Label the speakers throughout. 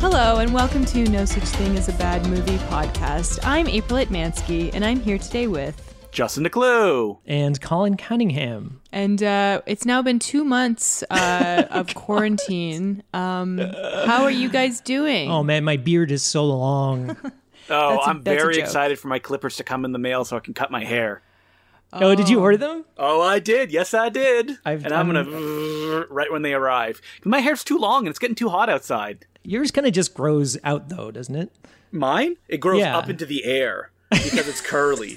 Speaker 1: Hello, and welcome to No Such Thing as a Bad Movie podcast. I'm April Atmansky, and I'm here today with.
Speaker 2: Justin DeClue. Oh,
Speaker 3: and Colin Cunningham.
Speaker 1: And uh, it's now been two months uh, of quarantine. Um, how are you guys doing?
Speaker 3: Oh man, my beard is so long.
Speaker 2: Oh,
Speaker 1: That's a-
Speaker 2: I'm
Speaker 1: that's a
Speaker 2: very
Speaker 1: joke.
Speaker 2: excited for my clippers to come in the mail so I can cut my hair.
Speaker 3: oh, did you order them?
Speaker 2: Oh, I did. Yes, I did.
Speaker 3: I've
Speaker 2: and I'm
Speaker 3: done-
Speaker 2: gonna right when they arrive. My hair's too long and it's getting too hot outside.
Speaker 3: Yours kind of just grows out though, doesn't it?
Speaker 2: Mine? It grows
Speaker 3: Yeah.
Speaker 2: up into the air because it's curly.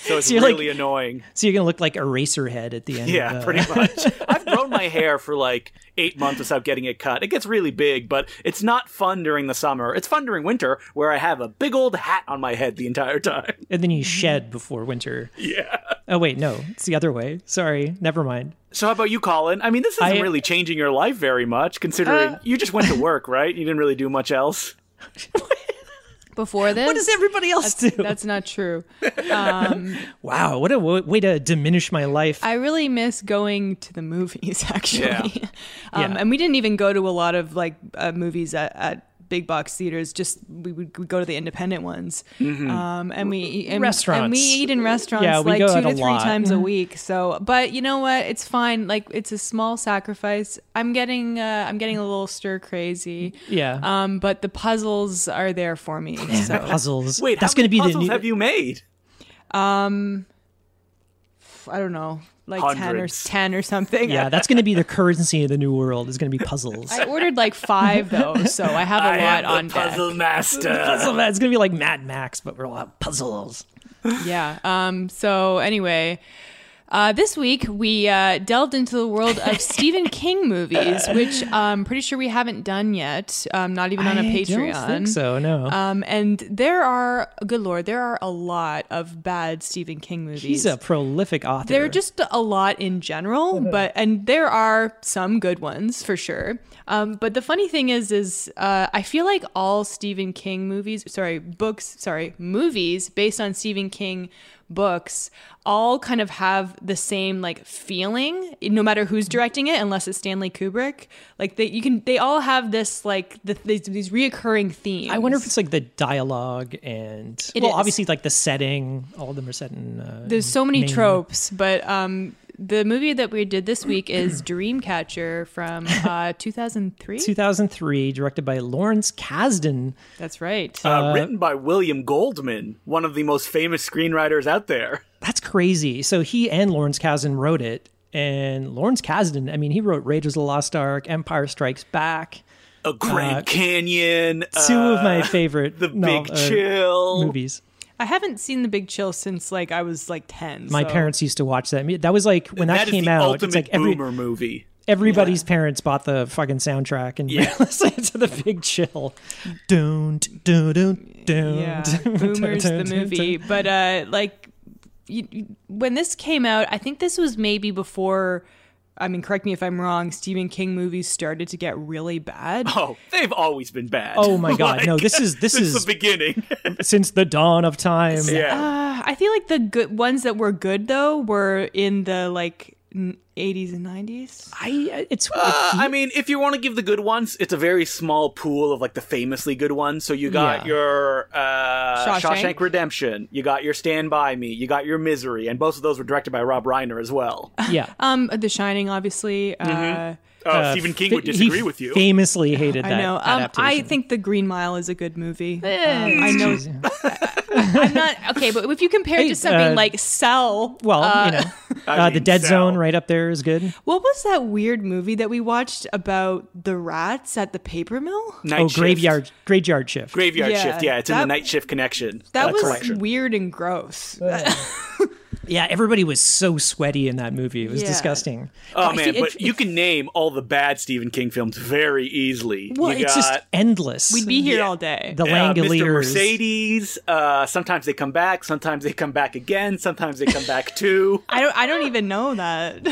Speaker 2: so it's
Speaker 3: you're like-
Speaker 2: really annoying.
Speaker 3: So you're gonna look like eraser head at the end.
Speaker 2: Yeah,
Speaker 3: of, uh,
Speaker 2: pretty much. I've grown my hair for like eight months without getting it cut. It gets really big, but it's not fun during the summer. It's fun during winter where I have a big old hat on my head the entire time.
Speaker 3: And then you shed before winter.
Speaker 2: Yeah.
Speaker 3: Oh wait, no, it's the other way. Sorry, never mind.
Speaker 2: So how about you, Colin? I mean, this isn't
Speaker 3: I-
Speaker 2: really changing your life very much, considering you just went to work, right? You didn't really do much else.
Speaker 1: Before this?
Speaker 3: What does everybody else do?
Speaker 1: That's not true.
Speaker 3: wow, what a w- way to diminish my life.
Speaker 1: I really miss going to the movies, actually.
Speaker 2: Yeah.
Speaker 1: um,
Speaker 3: Yeah.
Speaker 1: And we didn't even go to a lot of like uh, movies at, at big box theaters. Just we would we'd go to the independent ones, um, and we and,
Speaker 3: Mm-hmm. Restaurants.
Speaker 1: And we eat in restaurants
Speaker 3: Yeah, we
Speaker 1: like
Speaker 3: go
Speaker 1: two
Speaker 3: out
Speaker 1: to
Speaker 3: a
Speaker 1: three
Speaker 3: lot.
Speaker 1: times a week. So, but you know what? It's fine. Like it's a small sacrifice. I'm getting uh, I'm getting a little stir crazy.
Speaker 3: Yeah.
Speaker 1: Um, but the puzzles are there for me.
Speaker 3: The
Speaker 1: So
Speaker 3: puzzles.
Speaker 2: Wait,
Speaker 3: that's
Speaker 2: how many
Speaker 3: gonna be
Speaker 2: puzzles
Speaker 3: the new.
Speaker 2: have you made?
Speaker 1: I don't know, like
Speaker 2: Hundreds.
Speaker 1: ten or ten or something.
Speaker 3: yeah, that's gonna be the currency of the new world. Is gonna be puzzles.
Speaker 1: I ordered like five though, so I have a lot on
Speaker 2: puzzle
Speaker 1: deck.
Speaker 2: master.
Speaker 3: Puzzle- it's gonna be like Mad Max, but we're a lot of puzzles.
Speaker 1: Yeah. Um. So anyway, uh, this week we uh, delved into the world of Stephen King movies, which I'm pretty sure we haven't done yet. Um, not even on a
Speaker 3: I
Speaker 1: Patreon.
Speaker 3: don't think so. No.
Speaker 1: Um, and there are, good lord, there are a lot of bad Stephen King movies.
Speaker 3: He's a prolific author. Mm-hmm.
Speaker 1: There are just a lot in general, but and there are some good ones for sure. Um, but the funny thing is, is uh, I feel like all Stephen King movies, sorry, books, sorry, movies based on Stephen King books, all kind of have the same like feeling, no matter who's directing it, unless it's Stanley Kubrick. Like they, you can, they all have this like the, these, these reoccurring themes.
Speaker 3: I wonder if it's like the dialogue and
Speaker 1: It
Speaker 3: well,
Speaker 1: is.
Speaker 3: obviously like the setting. All of them are set in. Uh,
Speaker 1: There's so many
Speaker 3: Maine.
Speaker 1: tropes, but um, the movie that we did this week is Dreamcatcher from uh, 2003.
Speaker 3: 2003, directed by Lawrence Kasdan.
Speaker 1: That's right.
Speaker 2: Uh, written by William Goldman, one of the most famous screenwriters out there.
Speaker 3: That's crazy. So he and Lawrence Kasdan wrote it, and Lawrence Kasdan. I mean, he wrote Raiders of the Lost Ark, Empire Strikes Back.
Speaker 2: A Grand
Speaker 3: Uh,
Speaker 2: Canyon.
Speaker 3: Two
Speaker 2: uh,
Speaker 3: of my favorite
Speaker 2: The
Speaker 3: nov-
Speaker 2: Big
Speaker 3: uh,
Speaker 2: Chill.
Speaker 3: movies.
Speaker 1: I haven't seen The Big Chill since like I was like 10.
Speaker 3: My
Speaker 1: so-
Speaker 3: parents used to watch that. I mean, That was like when that,
Speaker 2: That is
Speaker 3: came
Speaker 2: the
Speaker 3: out. It's
Speaker 2: ultimate
Speaker 3: like every
Speaker 2: boomer movie.
Speaker 3: everybody's parents bought the fucking soundtrack and
Speaker 2: Yeah.
Speaker 3: listened to the big chill. Don't, don't, don't, don't.
Speaker 1: Yeah, Boomers the movie, but uh, like you, you- when this came out, I think this was maybe before. I mean, correct me if I'm wrong. Stephen King movies started to get really bad.
Speaker 2: Oh, they've always been bad.
Speaker 3: Oh my God, no, this is- this
Speaker 2: since
Speaker 3: is-
Speaker 2: the beginning.
Speaker 3: Since the dawn of time.
Speaker 2: yeah.
Speaker 1: Uh, I feel like the good ones that were good though were in the like n- 80s and 90s.
Speaker 3: I, it's,
Speaker 2: Uh, I mean, if you want to give the good ones, it's a very small pool of like the famously good ones. So you got
Speaker 3: Yeah.
Speaker 2: your uh,
Speaker 1: Shawshank.
Speaker 2: Shawshank. Redemption, you got your Stand By Me, you got your Misery, and both of those were directed by Rob Reiner as well.
Speaker 3: yeah.
Speaker 1: Um, The Shining, obviously. Uh,
Speaker 2: Oh,
Speaker 3: Uh,
Speaker 2: Stephen King
Speaker 3: fa-
Speaker 2: would
Speaker 3: he
Speaker 2: disagree with you.
Speaker 3: Famously hated that.
Speaker 1: I know. Um,
Speaker 3: adaptation.
Speaker 1: I think The Green Mile is a good movie. Um, I know. I'm not okay, but if you compare it
Speaker 3: Hey,
Speaker 1: to something
Speaker 3: uh,
Speaker 1: like Cell,
Speaker 3: Well,
Speaker 1: uh,
Speaker 3: you know,
Speaker 2: I
Speaker 3: uh, the
Speaker 2: mean,
Speaker 3: Dead
Speaker 2: so-
Speaker 3: Zone right up there is good.
Speaker 1: what was that weird movie that we watched about the rats at the paper mill?
Speaker 2: Night
Speaker 3: Oh,
Speaker 2: Shift.
Speaker 3: Graveyard, Graveyard Shift.
Speaker 2: Graveyard
Speaker 1: Yeah,
Speaker 2: Shift. Yeah, it's in
Speaker 1: that-
Speaker 2: the Night Shift connection.
Speaker 1: That
Speaker 2: uh,
Speaker 1: was
Speaker 2: collection.
Speaker 1: weird and gross.
Speaker 3: yeah, everybody was so sweaty in that movie. It was
Speaker 1: Yeah.
Speaker 3: disgusting.
Speaker 2: Oh
Speaker 1: I
Speaker 2: man,
Speaker 1: think
Speaker 2: but
Speaker 1: it-
Speaker 2: you can name all the bad Stephen King films very easily.
Speaker 3: Well,
Speaker 2: you
Speaker 3: it's just
Speaker 2: got, uh,
Speaker 3: endless.
Speaker 1: We'd be here
Speaker 2: Yeah.
Speaker 1: all day.
Speaker 3: the
Speaker 2: uh, Mr.
Speaker 3: Langoliers.
Speaker 2: Mercedes. Uh, sometimes they come back. Sometimes they come back again. Sometimes they come back too.
Speaker 1: I don't. I don't even know that.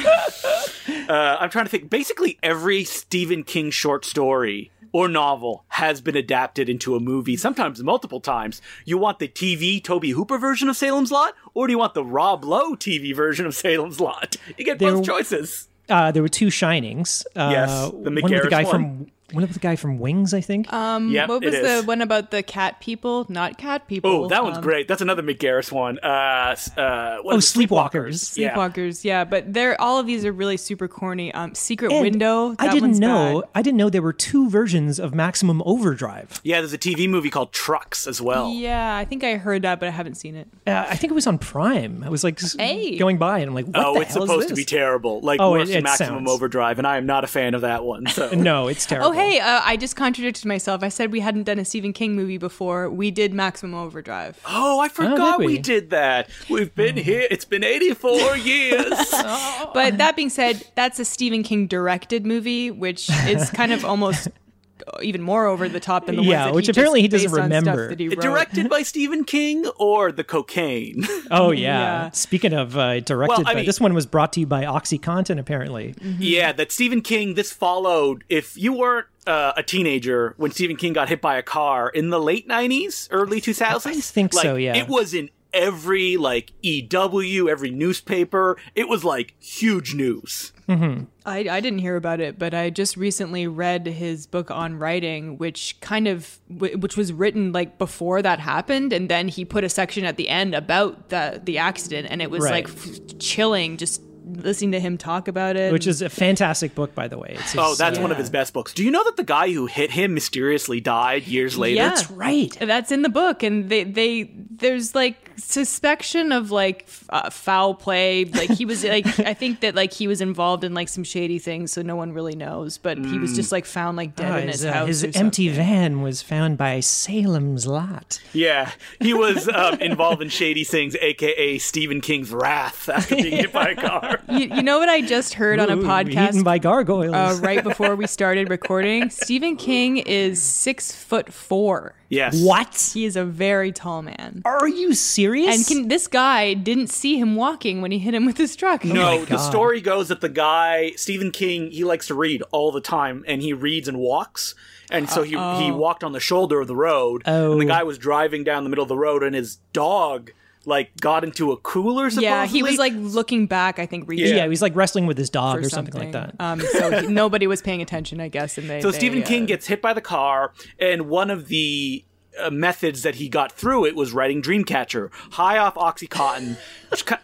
Speaker 2: Uh, I'm trying to think. Basically, every Stephen King short story or novel has been adapted into a movie, sometimes multiple times. You want the TV Toby Hooper version of Salem's Lot, or do you want the Rob Lowe TV version of Salem's Lot? You get
Speaker 3: There-
Speaker 2: both choices.
Speaker 3: uh, there were two shinings. Uh,
Speaker 2: Yes, the Mick
Speaker 3: one with the
Speaker 2: Garris
Speaker 3: guy
Speaker 2: one.
Speaker 3: from What about the guy from Wings? I think.
Speaker 1: Um,
Speaker 2: Yep,
Speaker 1: what
Speaker 2: it
Speaker 1: was the
Speaker 2: is.
Speaker 1: one about the cat people? Not cat people.
Speaker 2: Oh, that one's
Speaker 1: um,
Speaker 2: great. That's another McGarris one. Uh, s- uh, what
Speaker 3: oh,
Speaker 2: is it?
Speaker 3: Sleepwalkers.
Speaker 2: Yeah.
Speaker 1: Sleepwalkers, yeah. but they're all of these are really super corny. Um, Secret
Speaker 3: And
Speaker 1: Window. That
Speaker 3: I didn't
Speaker 1: one's
Speaker 3: know.
Speaker 1: bad.
Speaker 3: I didn't know there were two versions of Maximum Overdrive.
Speaker 2: Yeah, there's a TV movie called Trucks as well.
Speaker 1: Yeah, I think I heard that, but I haven't seen it.
Speaker 3: Uh, I think it was on Prime. I was like s-
Speaker 1: Hey.
Speaker 3: going by, and I'm like, what
Speaker 2: Oh,
Speaker 3: the
Speaker 2: it's
Speaker 3: hell
Speaker 2: supposed
Speaker 3: is
Speaker 2: to
Speaker 3: this?
Speaker 2: be terrible. Like
Speaker 3: Oh,
Speaker 2: worse
Speaker 3: it-
Speaker 2: than
Speaker 3: it
Speaker 2: Maximum
Speaker 3: sounds-
Speaker 2: Overdrive, and I am not a fan of that one. So
Speaker 3: no, it's terrible.
Speaker 1: Oh, hey, uh, I just contradicted myself. I said we hadn't done a Stephen King movie before. We did Maximum Overdrive.
Speaker 2: Oh, I forgot
Speaker 3: we? Oh.
Speaker 2: we? did that. We've been here. It's been 84 years.
Speaker 3: uh-huh.
Speaker 1: But that being said, that's a Stephen King directed movie, which is kind of almost uh, even more over the top than the ones
Speaker 3: Yeah,
Speaker 1: that
Speaker 3: which
Speaker 1: he just
Speaker 3: apparently he doesn't
Speaker 1: based on stuff
Speaker 3: remember.
Speaker 1: that he wrote.
Speaker 2: Directed by Stephen King or the cocaine?
Speaker 3: Oh yeah.
Speaker 1: Yeah.
Speaker 3: Speaking of uh, directed,
Speaker 2: Well, I
Speaker 3: by,
Speaker 2: mean-
Speaker 3: this one was brought to you by OxyContin. Apparently,
Speaker 1: Mm-hmm.
Speaker 2: yeah, that Stephen King, this followed. If you weren't uh, a teenager when Stephen King got hit by a car in the late 90s, early 2000s,
Speaker 3: I think
Speaker 2: like,
Speaker 3: so, yeah.
Speaker 2: It was in every, like, EW, every newspaper. It was, like, huge news.
Speaker 1: I, I didn't hear about it, but I just recently read his book on writing, which kind of wh- which was written like before that happened, and then he put a section at the end about the the accident, and it was
Speaker 3: Right.
Speaker 1: like f- chilling just listening to him talk about it.
Speaker 3: which is a fantastic book, by the way. It's
Speaker 2: Oh,
Speaker 3: his,
Speaker 2: that's
Speaker 3: uh,
Speaker 2: one of his best books. Do you know that the guy who hit him mysteriously died years later?
Speaker 1: Yeah.
Speaker 3: That's right.
Speaker 1: That's in the book, and they they there's like suspicion of like f- uh, foul play. Like he was like I think that like he was involved in like some shady things, so no one really knows. But he was just like found like dead
Speaker 3: Oh,
Speaker 1: in his,
Speaker 3: his, uh,
Speaker 1: house.
Speaker 3: his
Speaker 1: or something.
Speaker 3: empty van was found by Salem's Lot.
Speaker 2: Yeah, he was um, involved in shady things, aka Stephen King's wrath after being hit by a car.
Speaker 1: You, you know what I just heard on a
Speaker 3: Ooh, eaten
Speaker 1: podcast
Speaker 3: by gargoyles.
Speaker 1: uh, right before we started recording? Stephen King is six foot four.
Speaker 2: Yes.
Speaker 3: what?
Speaker 1: He is a very tall man.
Speaker 3: Are you serious?
Speaker 1: And can, this guy didn't see him walking when he hit him with his truck.
Speaker 2: No, the
Speaker 3: Oh God.
Speaker 2: story goes that the guy Stephen King he likes to read all the time, and he reads and walks, and so he he walked on the shoulder of the road,
Speaker 3: Oh.
Speaker 2: and the guy was driving down the middle of the road, and his dog like got into a cooler. Supposedly.
Speaker 1: Yeah, he was like looking back, I think, reaching
Speaker 3: yeah. he was like wrestling with his dog
Speaker 1: for
Speaker 3: or something, like that.
Speaker 1: Um, so he- nobody was paying attention, I guess. And they
Speaker 2: So
Speaker 1: they,
Speaker 2: Stephen
Speaker 1: uh,
Speaker 2: King gets hit by the car, and one of the uh, methods that he got through it was writing Dreamcatcher, high off OxyContin. which ki-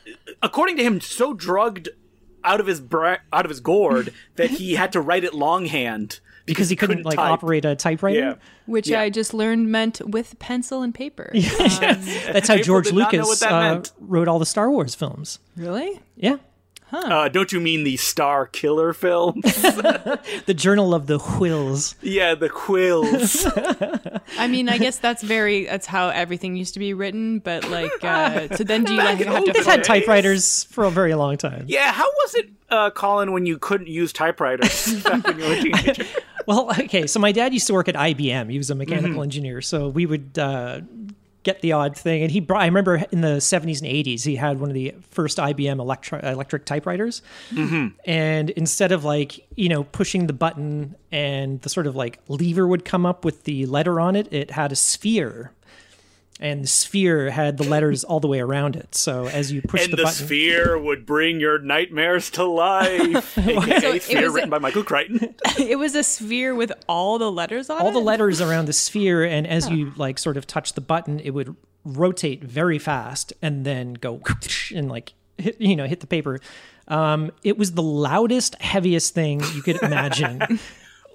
Speaker 2: according to him, so drugged out of his bra- out of his gourd that he had to write it longhand
Speaker 3: because he couldn't, like
Speaker 2: type.
Speaker 3: operate a typewriter.
Speaker 2: Yeah.
Speaker 1: which I just learned meant with pencil and paper.
Speaker 3: That's how
Speaker 2: April
Speaker 3: George
Speaker 2: did not know
Speaker 3: Lucas
Speaker 2: what that
Speaker 3: uh,
Speaker 2: meant.
Speaker 3: wrote all the Star Wars films.
Speaker 1: Really?
Speaker 3: Yeah,
Speaker 2: Uh, don't you mean the Star Killer film?
Speaker 3: the Journal of the Whills.
Speaker 2: yeah, the quills.
Speaker 1: I mean, I guess that's very that's how everything used to be written. But like, uh, so then do you like have to?
Speaker 3: They've had
Speaker 2: Nice.
Speaker 3: typewriters for a very long time.
Speaker 2: yeah, how was it, uh, Colin, when you couldn't use typewriters back when you were a teenager?
Speaker 3: Well, okay. So my dad used to work at IBM. He was a mechanical
Speaker 2: Mm-hmm.
Speaker 3: engineer. So we would uh, get the odd thing. And he brought, I remember in the 70s and 80s, he had one of the first IBM electri- electric typewriters.
Speaker 2: Mm-hmm.
Speaker 3: And instead of like, you know, pushing the button and the sort of like lever would come up with the letter on it, it had a sphere. And the sphere had the letters all the way around it. So as you push
Speaker 2: and the,
Speaker 3: button.
Speaker 2: sphere would bring your nightmares to life. AKA
Speaker 1: So it
Speaker 2: Sphere,
Speaker 1: was-
Speaker 2: written by Michael Crichton.
Speaker 1: It was a sphere with all the letters on it.
Speaker 3: all the letters around the sphere and as you like sort of touch the button it would rotate very fast and then go and like hit, you know hit the paper um, it was the loudest heaviest thing you could imagine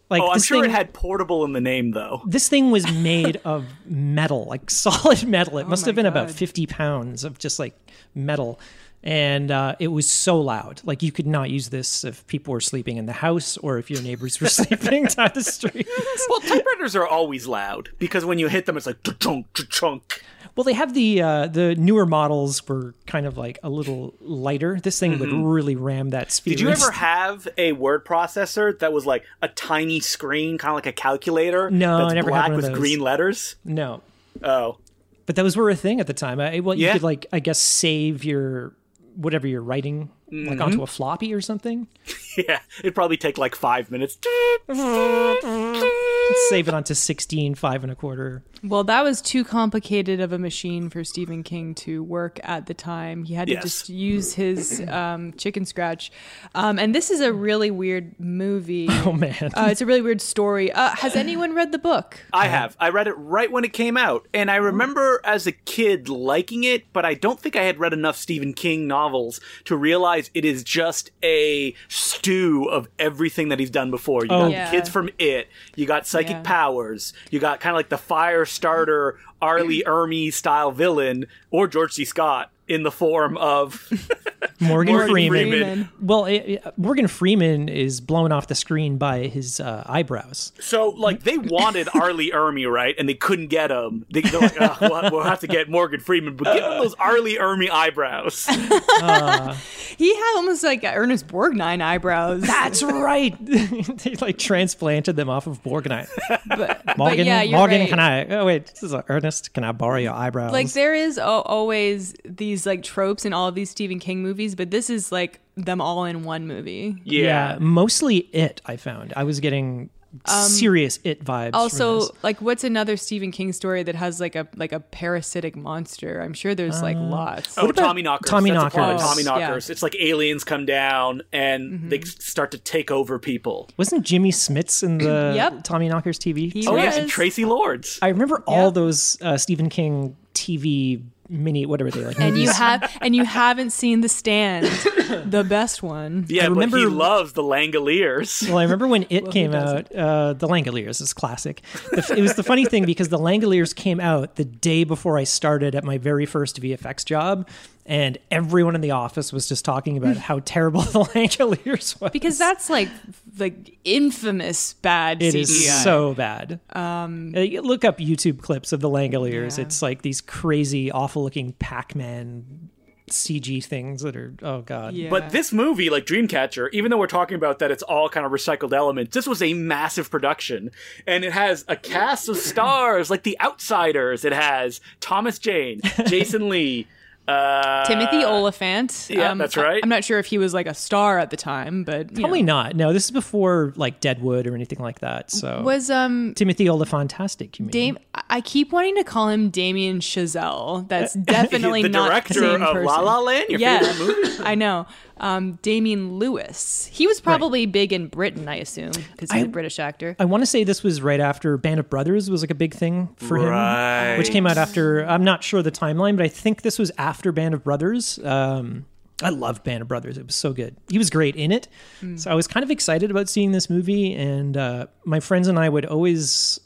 Speaker 3: like
Speaker 2: Oh, I'm
Speaker 3: this
Speaker 2: sure
Speaker 3: thing
Speaker 2: it had portable in the name, though.
Speaker 3: this thing was made of metal, like solid metal.
Speaker 2: Oh
Speaker 3: It must
Speaker 1: my
Speaker 3: have been about
Speaker 1: God.
Speaker 3: 50 pounds of just like metal. And uh, it was so loud. Like you could not use this if people were sleeping in the house or if your neighbors were sleeping down the street.
Speaker 2: Well, typewriters are always loud because when you hit them, it's like chunk, chunk.
Speaker 3: Well, they have the uh, the newer models were kind of like a little lighter. This thing would really ram that sphere.
Speaker 2: Mm-hmm. Did you
Speaker 3: into-
Speaker 2: ever have a word processor that was like a tiny screen, kind of like a calculator?
Speaker 3: No, I
Speaker 2: that's
Speaker 3: never had
Speaker 2: black
Speaker 3: one of
Speaker 2: with
Speaker 3: those.
Speaker 2: green letters.
Speaker 3: No,
Speaker 2: Oh,
Speaker 3: but those were a thing at the time. I, well, you
Speaker 2: Yeah.
Speaker 3: could like I guess save your whatever you're writing like
Speaker 2: Mm-hmm.
Speaker 3: onto a floppy or something.
Speaker 2: yeah, it'd probably take like five minutes.
Speaker 3: save it onto 16, five and a quarter.
Speaker 1: Well, that was too complicated of a machine for Stephen King to work at the time. He had to
Speaker 2: Yes.
Speaker 1: just use his um, chicken scratch. Um, and this is a really weird movie.
Speaker 3: Oh, man.
Speaker 1: Uh, it's a really weird story. Uh, has anyone read the book?
Speaker 2: I have. I read it right when it came out, and I remember as a kid liking it, but I don't think I had read enough Stephen King novels to realize it is just a stew of everything that he's done before. You
Speaker 3: Oh.
Speaker 2: got
Speaker 1: Yeah.
Speaker 2: the kids from It, you got psychic
Speaker 1: Yeah.
Speaker 2: powers, you got kind of like the fire starter Arlie Ermy style villain, or George C. Scott in the form of
Speaker 3: Morgan,
Speaker 2: Morgan
Speaker 3: Freeman.
Speaker 2: Freeman.
Speaker 3: Well, it, it- Morgan Freeman is blown off the screen by his uh, eyebrows.
Speaker 2: So, like, they wanted Arlie Ermy, right? And they couldn't get him. They, they're like, "Ugh, we'll, we'll have to get Morgan Freeman, but give him those Arlie Ermy eyebrows.
Speaker 1: He had almost like Ernest Borgnine eyebrows.
Speaker 3: That's right. they like transplanted them off of Borgnine.
Speaker 1: but, but
Speaker 3: Morgan,
Speaker 1: yeah, you're
Speaker 3: Morgan,
Speaker 1: right.
Speaker 3: can I? Oh wait, this is uh, Ernest. Can I borrow your eyebrows?
Speaker 1: like there is al always these like tropes in all of these Stephen King movies, but this is like them all in one movie.
Speaker 3: yeah. mostly it. I found I was getting serious it vibes. from
Speaker 1: Um, Also,
Speaker 3: this.
Speaker 1: like what's another Stephen King story that has like a like a parasitic monster? I'm sure there's
Speaker 3: Uh,
Speaker 1: like lots.
Speaker 2: Oh,
Speaker 3: about
Speaker 2: Tommy Knockers.
Speaker 3: Tommy
Speaker 2: That's a plot of
Speaker 1: Knockers?
Speaker 2: Tommy
Speaker 1: Oh, yeah.
Speaker 2: Knockers. It's like aliens come down and they s- start to take over people.
Speaker 3: wasn't Jimmy Smits in the
Speaker 1: Yep.
Speaker 3: Tommy Knockers TV?
Speaker 1: He
Speaker 3: series?
Speaker 2: Oh,
Speaker 1: was.
Speaker 2: yes, and Tracy Lords.
Speaker 3: I remember all
Speaker 1: Yep.
Speaker 3: those uh, Stephen King TV mini whatever they like.
Speaker 1: And
Speaker 3: movies.
Speaker 1: you have and you haven't seen The Stand, the best one.
Speaker 2: Yeah,
Speaker 3: remember-
Speaker 2: but he loves the Langoliers.
Speaker 3: Well, I remember when it came
Speaker 1: doesn't?
Speaker 3: out, uh, the Langoliers is classic. The f- it was the funny thing because the Langoliers came out the day before I started at my very first VFX job, and everyone in the office was just talking about how terrible the Langoliers was.
Speaker 1: Hmm. Because that's like like infamous bad
Speaker 3: it
Speaker 1: CGI.
Speaker 3: is so bad. Um, look up YouTube clips of the Langoliers.
Speaker 1: Yeah.
Speaker 3: It's like these crazy, awful-looking Pac-Man CG things that are oh god.
Speaker 1: Yeah.
Speaker 2: But this movie, like Dreamcatcher, even though we're talking about that, it's all kind of recycled elements. This was a massive production, and it has a cast of stars like The Outsiders. It has Thomas Jane, Jason Lee, uh,
Speaker 1: Timothy Oliphant. Um,
Speaker 2: yeah, that's right.
Speaker 1: I, am not sure if he was like a star at the time, but you
Speaker 3: Probably
Speaker 1: know.
Speaker 3: not. No, this is before like Deadwood or anything like that. So
Speaker 1: was um
Speaker 3: Timothy Olyphantastic, you mean?
Speaker 1: Dame. I- I keep wanting to call him Damien Chazelle. That's definitely
Speaker 2: the
Speaker 1: not
Speaker 2: director
Speaker 1: the same
Speaker 2: of
Speaker 1: person.
Speaker 2: La La Land. Your
Speaker 1: yeah,
Speaker 2: favorite movie.
Speaker 1: I know. Um, Damien Lewis. He was probably big in Britain, I assume, because he's a
Speaker 3: I-
Speaker 1: British actor.
Speaker 3: I want to say this was right after Band of Brothers was like a big thing for
Speaker 2: Right.
Speaker 3: him, which came out after. I'm not sure the timeline, but I think this was after Band of Brothers. Um, I loved Band of Brothers; it was so good. He was great in it, so I was kind of excited about seeing this movie. And uh, my friends and I would always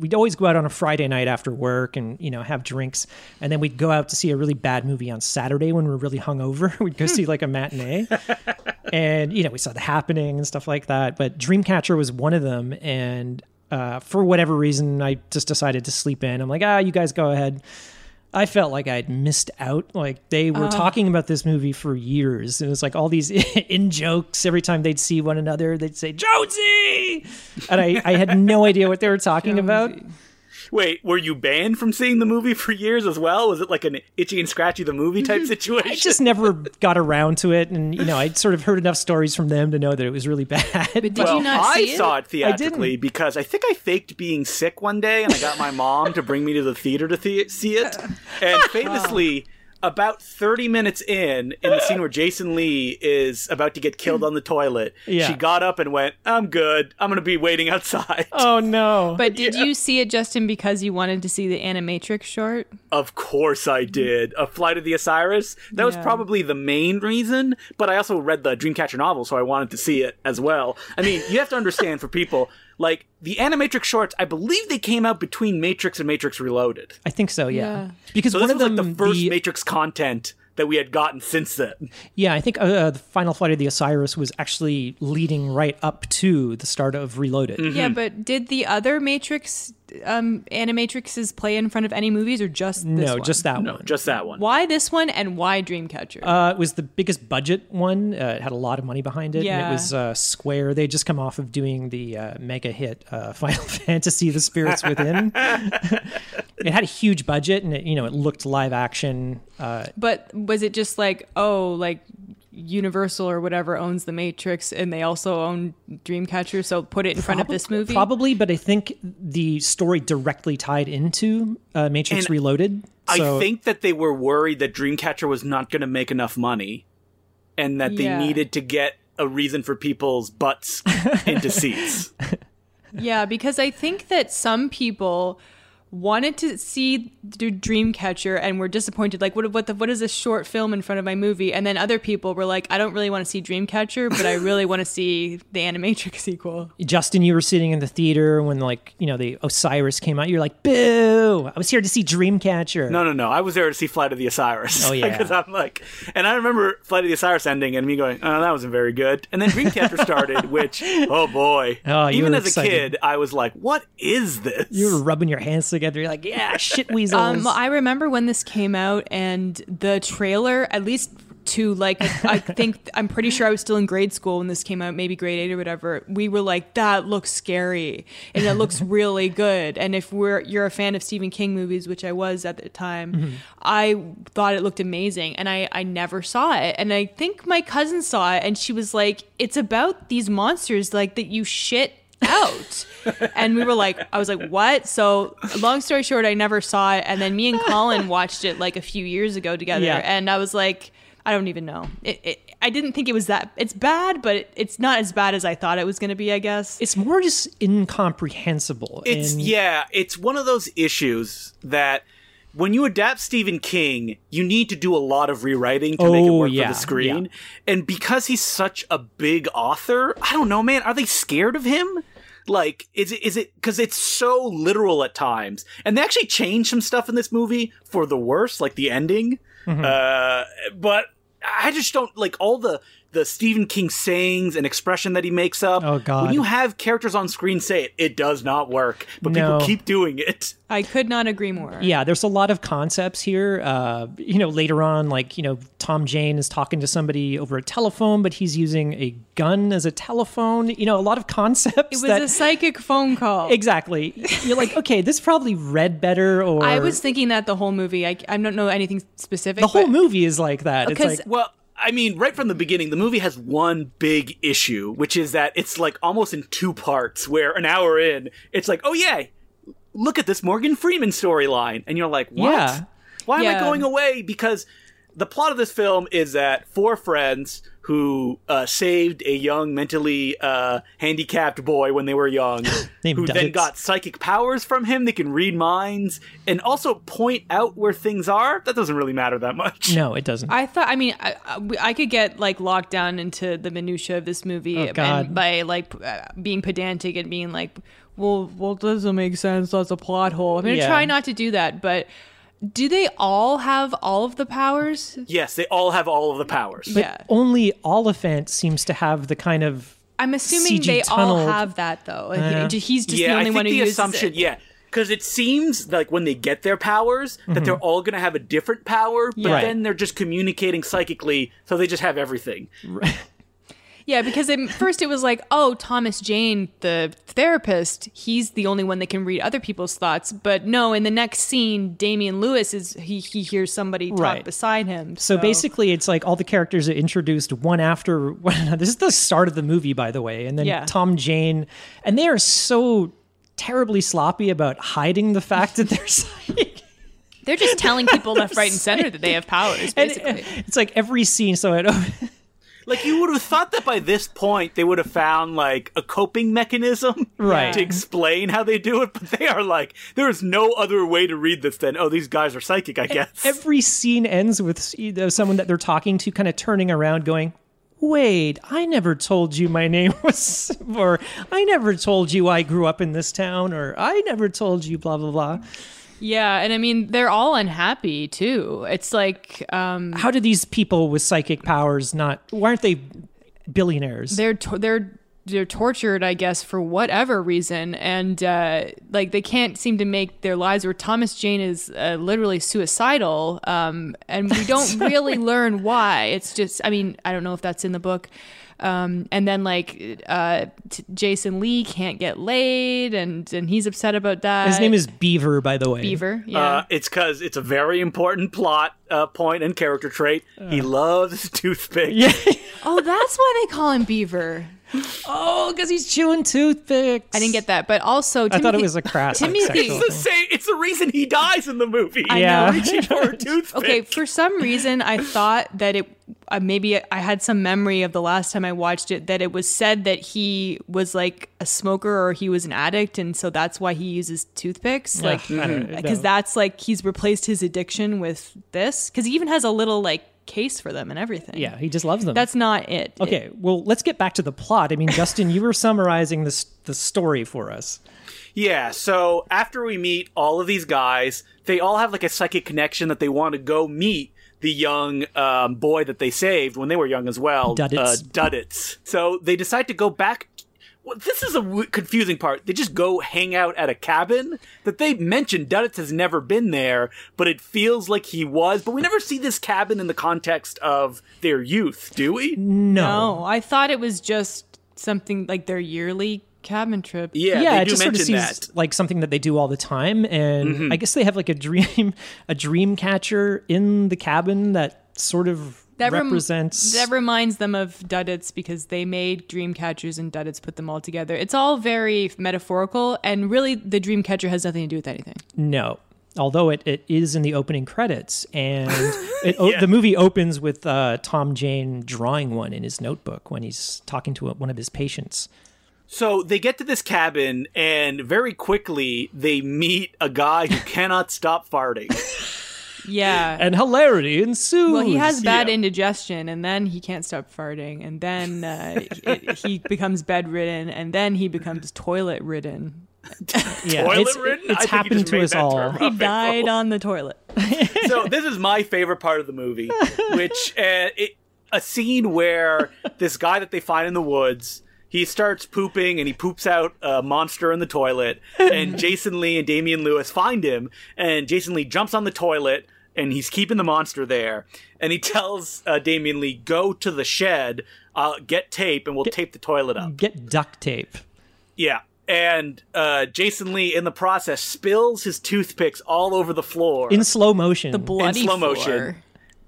Speaker 3: we'd always go out on a Friday night after work and you know have drinks, and then we'd go out to see a really bad movie on Saturday when we were really hungover. we'd go see like a matinee, and you know we saw The Happening and stuff like that. But Dreamcatcher was one of them, and uh, for whatever reason, I just decided to sleep in. I'm like, ah, you guys go ahead. I felt like I'd missed out. Like they
Speaker 1: Uh-huh.
Speaker 3: were talking about this movie for years. It was like all these in jokes. Every time they'd see one another, they'd say Jonesy, and I, I had no idea what they were talking about.
Speaker 2: Wait, were you banned from seeing the movie for years as well? Was it like an itchy and scratchy the movie type situation?
Speaker 3: I just never got around to it, and you know, I'd sort of heard enough stories from them to know that it was really bad.
Speaker 1: Did
Speaker 2: well,
Speaker 1: you not
Speaker 2: I
Speaker 1: see it?
Speaker 2: saw it
Speaker 3: didn't.
Speaker 2: theatrically because I think I faked being sick one day, and I got my mom to bring me to the theater to the- see it. And famously, about thirty minutes in, in the scene where Jason Lee is about to get
Speaker 1: Hmm.
Speaker 2: killed on the toilet,
Speaker 3: Yeah.
Speaker 2: she got up and went, "I'm good. I'm gonna be waiting outside."
Speaker 3: oh no!
Speaker 1: But did you see it, Justin, because you wanted to see the animatrix short?
Speaker 2: Of course I did. A Flight of the Osiris. That was
Speaker 1: Yeah.
Speaker 2: probably the main reason, but I also read the Dreamcatcher novel, so I wanted to see it as well. I mean, you have to understand for people, like, the Animatrix shorts, I believe they came out between Matrix and Matrix Reloaded.
Speaker 3: I think so, yeah.
Speaker 1: Yeah.
Speaker 3: Because
Speaker 2: So
Speaker 3: one
Speaker 2: this
Speaker 3: of
Speaker 2: was
Speaker 3: them,
Speaker 2: like the first
Speaker 3: the-
Speaker 2: Matrix content that we had gotten since then.
Speaker 3: yeah, I think uh, uh, the final flight of the Osiris was actually leading right up to the start of Reloaded.
Speaker 2: Mm. Hmm.
Speaker 1: Yeah, but did the other Matrix um, animatrixes play in front of any movies or just this
Speaker 3: No,
Speaker 1: one?
Speaker 3: just that one.
Speaker 2: Just that one.
Speaker 1: Why this one and why Dreamcatcher?
Speaker 3: Uh, it was the biggest budget one. Uh, it had a lot of money behind it. And
Speaker 1: Yeah.
Speaker 3: it was uh, Square. They had just come off of doing the uh, mega hit uh, Final Fantasy: The Spirits Within. it had a huge budget, and it, you know it looked live action. Uh,
Speaker 1: But was it just like, oh, like Universal or whatever owns the Matrix, and they also own Dreamcatcher, so put it in front of this
Speaker 3: Probab-
Speaker 1: movie.
Speaker 3: Probably, but I think the story directly tied into uh, Matrix
Speaker 2: And
Speaker 3: Reloaded. So,
Speaker 2: I think that they were worried that Dreamcatcher was not going to make enough money and that
Speaker 1: Yeah.
Speaker 2: they needed to get a reason for people's butts into seats.
Speaker 1: Yeah, because I think that some people wanted to see the Dreamcatcher and were disappointed. Like, what? What? The, what is this short film in front of my movie? And then other people were like, I don't really want to see Dreamcatcher, but I really want to see the Animatrix sequel.
Speaker 3: Justin, you were sitting in the theater when, like, you know, the Osiris came out. You're like, "Boo! I was here to see Dreamcatcher."
Speaker 2: No, no, no. I was there to see Flight of the Osiris.
Speaker 3: Oh, yeah.
Speaker 2: Because I'm like, and I remember Flight of the Osiris ending and me going, oh, that wasn't very good. And then Dreamcatcher started, which, oh boy.
Speaker 3: Oh, you
Speaker 2: Even
Speaker 3: were
Speaker 2: as
Speaker 3: excited.
Speaker 2: a kid, I was like, what is this?
Speaker 3: you were rubbing your hands together. You're like, "Yeah, shit weasels."
Speaker 1: Um, I remember when this came out and the trailer, at least to like, I think I'm pretty sure I was still in grade school when this came out, maybe grade eight or whatever. We were like, that looks scary and it looks really good. And if we're you're a fan of Stephen King movies, which I was at the time, I thought it looked amazing, and I I never saw it. And I think my cousin saw it, and she was like, it's about these monsters like that you shit out. and we were like, I was like, what? So, long story short, I never saw it. And then me and Colin watched it like a few years ago together.
Speaker 3: Yeah.
Speaker 1: And I was like, I don't even know. It, it, I didn't think it was that. It's bad, but it, it's not as bad as I thought it was going to be, I guess.
Speaker 3: it's more just incomprehensible.
Speaker 2: It's
Speaker 3: and
Speaker 2: yeah, it's one of those issues that when you adapt Stephen King, you need to do a lot of rewriting to make it
Speaker 3: Oh,
Speaker 2: work
Speaker 3: yeah,
Speaker 2: for the screen. And because he's such a big author, I don't know, man, are they scared of him? Like, is it is it because it's so literal at times? And they actually changed some stuff in this movie for the worse, like the ending.
Speaker 3: Mm-hmm.
Speaker 2: Uh, but I just don't like all the the Stephen King sayings and expression that he makes up.
Speaker 3: Oh, God.
Speaker 2: when you have characters on screen say it, it does not work. But
Speaker 3: No.
Speaker 2: people keep doing it.
Speaker 1: I could not agree more.
Speaker 3: yeah there's a lot of concepts here uh, you know later on like you know tom jane is talking to somebody over a telephone but he's using a gun as a telephone you know a lot of concepts
Speaker 1: It was
Speaker 3: that
Speaker 1: a psychic phone call.
Speaker 3: exactly you're like okay this probably read better or
Speaker 1: I was thinking that the whole movie. I, I don't know anything specific.
Speaker 3: the whole
Speaker 1: but-
Speaker 3: movie is like that it's
Speaker 1: Because-
Speaker 3: like
Speaker 2: Well, I mean, right from the beginning, the movie has one big issue, which is that it's like almost in two parts. Where an hour in, it's like, oh yeah, look at this Morgan Freeman storyline, and you're like, what?
Speaker 3: Yeah.
Speaker 2: Why am
Speaker 1: Yeah.
Speaker 2: I going away? Because the plot of this film is that four friends who uh, saved a young mentally uh, handicapped boy when they were young,
Speaker 3: Named
Speaker 2: who then
Speaker 3: Duggets.
Speaker 2: got psychic powers from him. They can read minds and also point out where things are. That doesn't really matter that much.
Speaker 3: no it doesn't
Speaker 1: I thought. I mean, I, I- we- I could get like locked down into the minutia of this movie
Speaker 3: Oh, God.
Speaker 1: And by like p- uh, being pedantic and being like, "Well, well, it doesn't make sense. That's a plot hole." I'm gonna
Speaker 3: Yeah.
Speaker 1: try not to do that, but do they all have all of the powers?
Speaker 2: Yes, they all have all of the powers.
Speaker 1: yeah,
Speaker 3: only oliphant seems to have the kind of
Speaker 1: I'm assuming
Speaker 3: CG
Speaker 1: they all
Speaker 3: tunneled. Eh.
Speaker 1: have that though. Like, he- he's just
Speaker 2: yeah,
Speaker 1: the only
Speaker 2: I think
Speaker 1: one who
Speaker 2: the
Speaker 1: uses
Speaker 2: assumption,
Speaker 1: it.
Speaker 2: yeah, because it seems like when they get their powers that
Speaker 1: Mm-hmm.
Speaker 2: they're all going to have a different power, but
Speaker 3: Right.
Speaker 2: then they're just communicating psychically, so they just have everything.
Speaker 1: Yeah, because at first it was like, oh, Thomas Jane, the therapist, he's the only one that can read other people's thoughts. But no, in the next scene, Damian Lewis is he he hears somebody talk
Speaker 3: Right.
Speaker 1: beside him.
Speaker 3: So basically, it's like all the characters are introduced one after one. another. This is the start of the movie, by the way. And then
Speaker 1: Yeah.
Speaker 3: Tom Jane, and they are so terribly sloppy about hiding the fact that they're psychic.
Speaker 1: they're just telling people left, right, and center that they have powers.
Speaker 3: And
Speaker 1: Basically,
Speaker 3: it's like every scene. So it,
Speaker 2: Like you would have thought that by this point they would have found like a coping mechanism
Speaker 3: Right.
Speaker 2: to explain how they do it, but they are like there is no other way to read this than oh these guys are psychic, I guess.
Speaker 3: every scene ends with you know, someone that they're talking to kind of turning around, going. Wait, I never told you my name was, or I never told you I grew up in this town, or I never told you blah blah blah.
Speaker 1: yeah, and I mean they're all unhappy too. It's like um,
Speaker 3: how do these people with psychic powers not why aren't they billionaires
Speaker 1: they're to- they're they're tortured, I guess, for whatever reason, and uh, like they can't seem to make their lives. Where Thomas Jane is uh, literally suicidal, um, and we don't really learn why. It's just, I mean, I don't know if that's in the book. Um, and then like uh, t- Jason Lee can't get laid, and and he's upset about that.
Speaker 3: His name is Beaver, by the way.
Speaker 1: Beaver. Yeah.
Speaker 2: Uh, it's because it's a very important plot uh, point and character trait. he loves his toothpick.
Speaker 3: Yeah.
Speaker 1: oh, that's why they call him Beaver.
Speaker 3: oh, because he's chewing toothpicks.
Speaker 1: I didn't get that, but also
Speaker 3: I
Speaker 1: Timothy,
Speaker 3: thought it was a crass.
Speaker 1: Timothy-
Speaker 3: sexual
Speaker 2: It's the
Speaker 3: thing.
Speaker 2: same. It's the reason he dies in the movie.
Speaker 1: I
Speaker 3: Yeah.
Speaker 1: know.
Speaker 2: Reaching for a toothpick.
Speaker 1: Okay, for some reason, I thought that it uh, maybe I had some memory of the last time I watched it that it was said that he was like a smoker or he was an addict, and so that's why he uses toothpicks. Like,
Speaker 3: Ugh, I don't know.
Speaker 1: because that's like he's replaced his addiction with this. Because he even has a little like case for them and everything.
Speaker 3: yeah, he just loves them.
Speaker 1: that's not it. It-
Speaker 3: okay. Well, let's get back to the plot. I mean, Justin, you were summarizing this the story for us.
Speaker 2: Yeah, so after we meet all of these guys, they all have like a psychic connection that they want to go meet the young um, boy that they saved when they were young as well.
Speaker 3: Duddits.
Speaker 2: Uh, Duddits. So they decide to go back. Well, this is a w- confusing part. They just go hang out at a cabin that they mentioned. Duddits has never been there, but it feels like he was. But we never see this cabin in the context of their youth, do we?
Speaker 3: No.
Speaker 1: Oh, I thought it was just something like their yearly cabin trip.
Speaker 2: Yeah, they
Speaker 3: yeah, it
Speaker 2: do
Speaker 3: just sort
Speaker 2: mention
Speaker 3: of
Speaker 2: that. Mm-hmm.
Speaker 3: seems like something that they do all the time, and I guess they have like a dream, a dream catcher in the cabin that sort of
Speaker 1: That rem-
Speaker 3: represents.
Speaker 1: that reminds them of Duddits because they made Dreamcatchers and Duddits put them all together. It's all very metaphorical, and really, the Dreamcatcher has nothing to do with anything.
Speaker 3: No. Although it, it is in the opening credits, and it, o the movie opens with uh, Tom Jane drawing one in his notebook when he's talking to one of his patients.
Speaker 2: So they get to this cabin, and very quickly they meet a guy who cannot stop farting.
Speaker 1: Yeah.
Speaker 3: And hilarity ensues.
Speaker 1: Well, he has bad
Speaker 2: Yeah.
Speaker 1: indigestion, and then he can't stop farting, and then uh, it, he becomes bedridden, and then he becomes toilet ridden.
Speaker 3: yeah,
Speaker 2: toilet
Speaker 3: it's,
Speaker 2: ridden? I think
Speaker 3: It's
Speaker 2: he
Speaker 3: happened
Speaker 2: just
Speaker 3: to
Speaker 2: made
Speaker 3: us
Speaker 2: that
Speaker 3: all.
Speaker 2: term up.
Speaker 1: He died on the toilet.
Speaker 2: so this is my favorite part of the movie, which uh, it, a scene where this guy that they find in the woods. He starts pooping and he poops out a monster in the toilet. And Jason Lee and Damian Lewis find him. And Jason Lee jumps on the toilet and he's keeping the monster there. And he tells uh, Damian Lee, Go to the shed, uh, get tape, and we'll tape the toilet up.
Speaker 3: Get duct tape.
Speaker 2: Yeah. And uh, Jason Lee, in the process, spills his toothpicks all over the floor.
Speaker 3: In slow motion.
Speaker 1: The bloody
Speaker 2: slow motion.
Speaker 1: floor.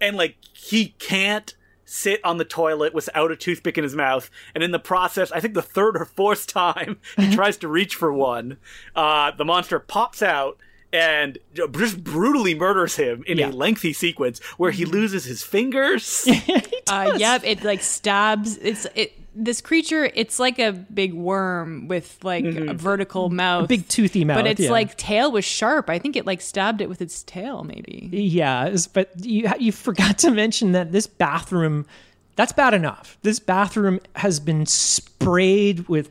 Speaker 2: and, like, he can't sit on the toilet without a toothpick in his mouth. And in the process, I think the third or fourth time he tries to reach for one, uh, the monster pops out and just brutally murders him in
Speaker 3: Yeah. Mm-hmm.
Speaker 2: a lengthy sequence where he loses his fingers.
Speaker 1: Uh, yep, it like stabs. It's it. This creature, it's like a big worm with like a vertical mouth,
Speaker 3: Mm-hmm. Big toothy mouth.
Speaker 1: but its
Speaker 3: yeah.
Speaker 1: like tail was sharp. I think it like stabbed it with its tail, maybe.
Speaker 3: Yeah, it's- but you you forgot to mention that this bathroom that's bad enough. This bathroom has been sprayed with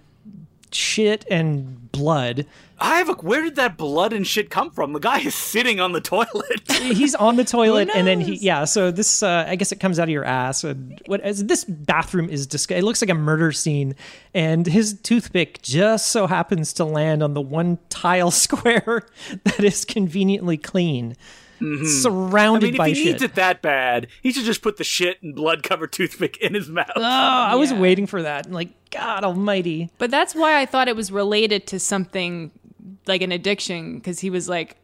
Speaker 3: shit and blood.
Speaker 2: I have a. Where did that blood and shit come from? The guy is sitting on the toilet.
Speaker 3: He's on the toilet and then he
Speaker 1: knows?
Speaker 3: yeah, so this uh, I guess it comes out of your ass. And what as this bathroom is disg- it looks like a murder scene and his toothpick just so happens to land on the one tile square that is conveniently clean. Surrounded
Speaker 2: Mm-hmm. I mean, if
Speaker 3: by
Speaker 2: he
Speaker 3: shit.
Speaker 2: needs it that bad, he should just put the shit and blood covered toothpick in his mouth.
Speaker 3: Oh, I was
Speaker 1: Yeah.
Speaker 3: waiting for that. and like, God Almighty!
Speaker 1: But that's why I thought it was related to something like an addiction, because he was like,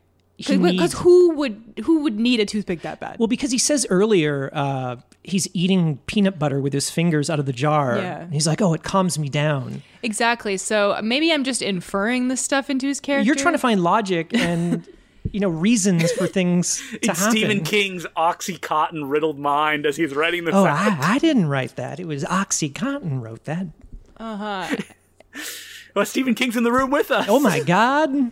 Speaker 3: needs-
Speaker 1: because who would who would need a toothpick that bad?
Speaker 3: Well, because he says earlier uh, he's eating peanut butter with his fingers out of the jar.
Speaker 1: Yeah.
Speaker 3: He's like, oh, it calms me down.
Speaker 1: exactly. So maybe I'm just inferring this stuff into his character.
Speaker 3: You're trying to find logic and you know reasons for things to
Speaker 2: it's
Speaker 3: happen.
Speaker 2: Stephen King's Oxycontin riddled mind as he's writing this
Speaker 3: Oh,
Speaker 2: out.
Speaker 3: I, I didn't write that. It was OxyContin wrote that.
Speaker 1: Uh-huh.
Speaker 2: Well, Uh, Stephen King's in the room with us.
Speaker 3: Oh my God!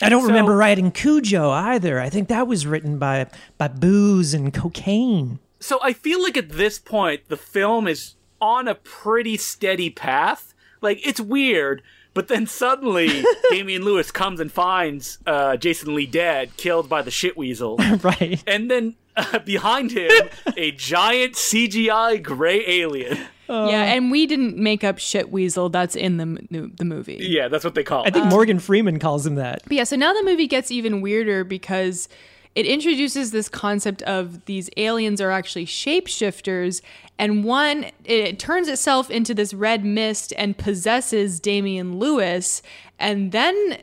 Speaker 3: I don't remember writing Cujo either. I think that was written by by booze and cocaine.
Speaker 2: So I feel like at this point, the film is on a pretty steady path. Like, it's weird. But then suddenly, Damian Lewis comes and finds uh, Jason Lee dead, killed by the shit weasel.
Speaker 3: Right.
Speaker 2: And then uh, behind him, a giant CGI gray alien.
Speaker 3: Uh.
Speaker 1: yeah, and we didn't make up shit weasel. That's in the m- the movie.
Speaker 3: Uh,
Speaker 2: Yeah, that's what they call it.
Speaker 3: I think Morgan Freeman calls him that.
Speaker 1: But yeah, so now the movie gets even weirder because it introduces this concept of these aliens are actually shapeshifters, and one it turns itself into this red mist and possesses Damian Lewis, and then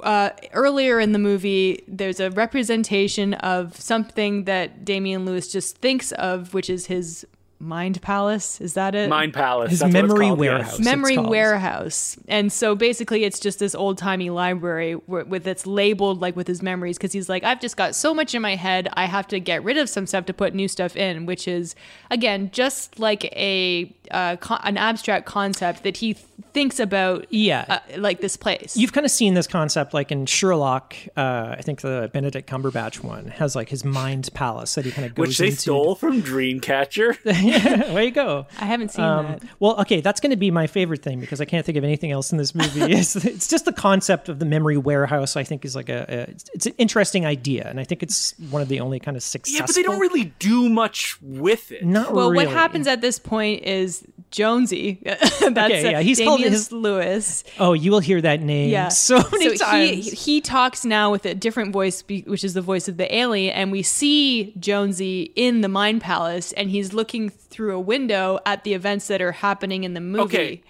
Speaker 1: uh, earlier in the movie, there's a representation of something that Damian Lewis just thinks of, which is his mind palace. Is that it?
Speaker 2: Mind Palace.
Speaker 3: His
Speaker 2: that's what it's
Speaker 3: memory
Speaker 2: called, yes.
Speaker 3: warehouse.
Speaker 1: memory
Speaker 3: it's called.
Speaker 1: warehouse. And so basically, it's just this old timey library where, with that's labeled like with his memories because he's like, I've just got so much in my head, I have to get rid of some stuff to put new stuff in, which is again just like a uh, con- an abstract concept that he th- thinks about.
Speaker 3: Yeah.
Speaker 1: uh, like this place.
Speaker 3: You've kind of seen this concept, like in Sherlock. Uh, I think the Benedict Cumberbatch one has like his mind palace that he kind of goes
Speaker 2: Which they
Speaker 3: into.
Speaker 2: stole from Dreamcatcher.
Speaker 3: there you go. Um,
Speaker 1: I haven't seen that.
Speaker 3: Well, okay, that's going to be my favorite thing because I can't think of anything else in this movie. it's, it's just the concept of the memory warehouse. I think is like a, a it's, it's an interesting idea, and I think it's one of the only kind of successful.
Speaker 2: Yeah, but they don't really do much with it.
Speaker 3: Not
Speaker 1: Well, what
Speaker 3: really.
Speaker 1: happens at this point is Jonesy. That's
Speaker 3: Okay, yeah, he's called
Speaker 1: Damian
Speaker 3: his-
Speaker 1: Lewis.
Speaker 3: Oh, you will hear that name
Speaker 1: Yeah,
Speaker 3: so many times.
Speaker 1: He, he talks now with a different voice, be- which is the voice of the alien, and we see Jonesy in the Mind Palace, and he's looking through a window at the events that are happening in the movie.
Speaker 2: Okay.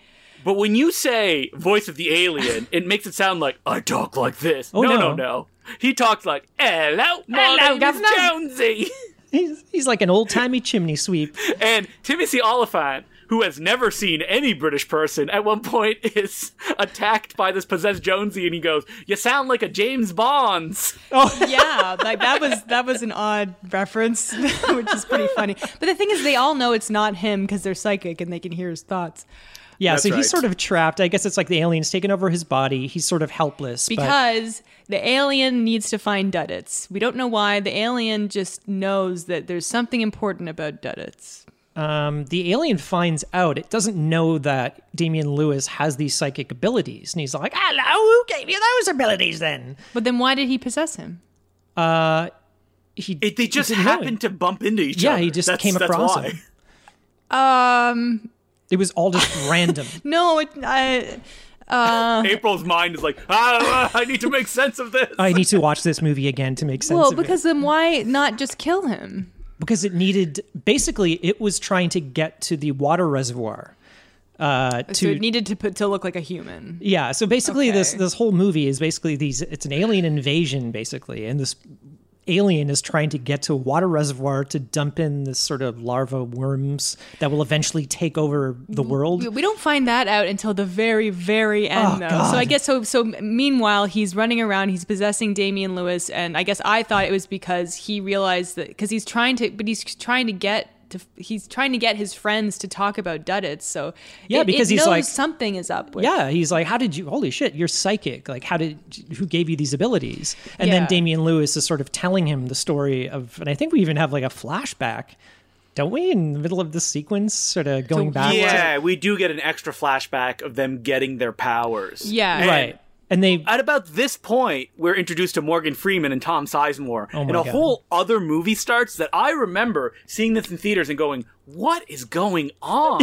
Speaker 2: But when you say voice of the alien, it makes it sound like I talk like this. no,
Speaker 3: Oh, no.
Speaker 2: no, no. He talks like hello, my
Speaker 1: Hello,
Speaker 2: name is
Speaker 1: governor."
Speaker 2: Jonesy.
Speaker 3: he's, he's like an old timey chimney sweep.
Speaker 2: And Timothy Oliphant, who has never seen any British person, at one point is attacked by this possessed Jonesy, and he goes, "You sound like a James Bonds."
Speaker 1: Oh. yeah, like that was that was an odd reference, which is pretty funny. But the thing is, they all know it's not him because they're psychic and they can hear his thoughts.
Speaker 3: Yeah,
Speaker 2: That's
Speaker 3: so
Speaker 2: right.
Speaker 3: he's sort of trapped. I guess it's like the alien's taken over his body. He's sort of helpless. but
Speaker 1: because the alien needs to find Duddits. We don't know why. The alien just knows that there's something important about Duddits.
Speaker 3: um, the alien finds out it doesn't know that Damian Lewis has these psychic abilities, and he's like, "Hello, who gave you those abilities?" Then
Speaker 1: But then why did he possess him?
Speaker 3: he
Speaker 2: It, they just
Speaker 3: didn't know
Speaker 2: happened
Speaker 3: it.
Speaker 2: to bump into each
Speaker 3: Yeah,
Speaker 2: other.
Speaker 3: he just
Speaker 2: That's-
Speaker 3: came
Speaker 2: that's
Speaker 3: across
Speaker 2: why.
Speaker 3: him.
Speaker 1: Um,
Speaker 3: It was all just random.
Speaker 1: no, it, I,
Speaker 2: April's mind is like, ah, I need to make sense of this.
Speaker 3: Uh-huh. I need to watch this movie again to make sense
Speaker 1: well,
Speaker 3: of
Speaker 1: because then why not just kill him?
Speaker 3: it. Because it needed basically it was trying to get to the water reservoir. Uh, to
Speaker 1: So it needed to put to look like a human.
Speaker 3: Yeah, so basically this
Speaker 1: Okay.
Speaker 3: this whole movie is basically these it's an alien invasion basically and this alien is trying to get to a water reservoir to dump in this sort of larva worms that will eventually take over the
Speaker 1: Mm-hmm.
Speaker 3: world.
Speaker 1: We don't find that out until the very, very end,
Speaker 3: Oh,
Speaker 1: though.
Speaker 3: God.
Speaker 1: So I guess so. So meanwhile, he's running around. He's possessing Damian Lewis, and I guess I thought it was because he realized that because he's trying to, but he's trying to get to, he's trying to get his friends to talk about Duddits. So
Speaker 3: Yeah,
Speaker 1: it- it
Speaker 3: because he's
Speaker 1: knows
Speaker 3: like-
Speaker 1: something is up. With.
Speaker 3: Yeah, he's like, "How did you? Holy shit, you're psychic! Like, how did? Who gave you these abilities?" And then
Speaker 1: Yeah.
Speaker 3: Damian Lewis is sort of telling him the story of, and I think we even have like a flashback, don't we, in the middle of this sequence, sort of going back. to-
Speaker 2: yeah, we do get an extra flashback of them getting their powers.
Speaker 1: Yeah.
Speaker 3: right. And they
Speaker 2: At about this point, we're introduced to Morgan Freeman and Tom Sizemore, and
Speaker 3: Oh my
Speaker 2: a
Speaker 3: God.
Speaker 2: whole other movie starts that I remember seeing this in theaters and going, "What is going on?"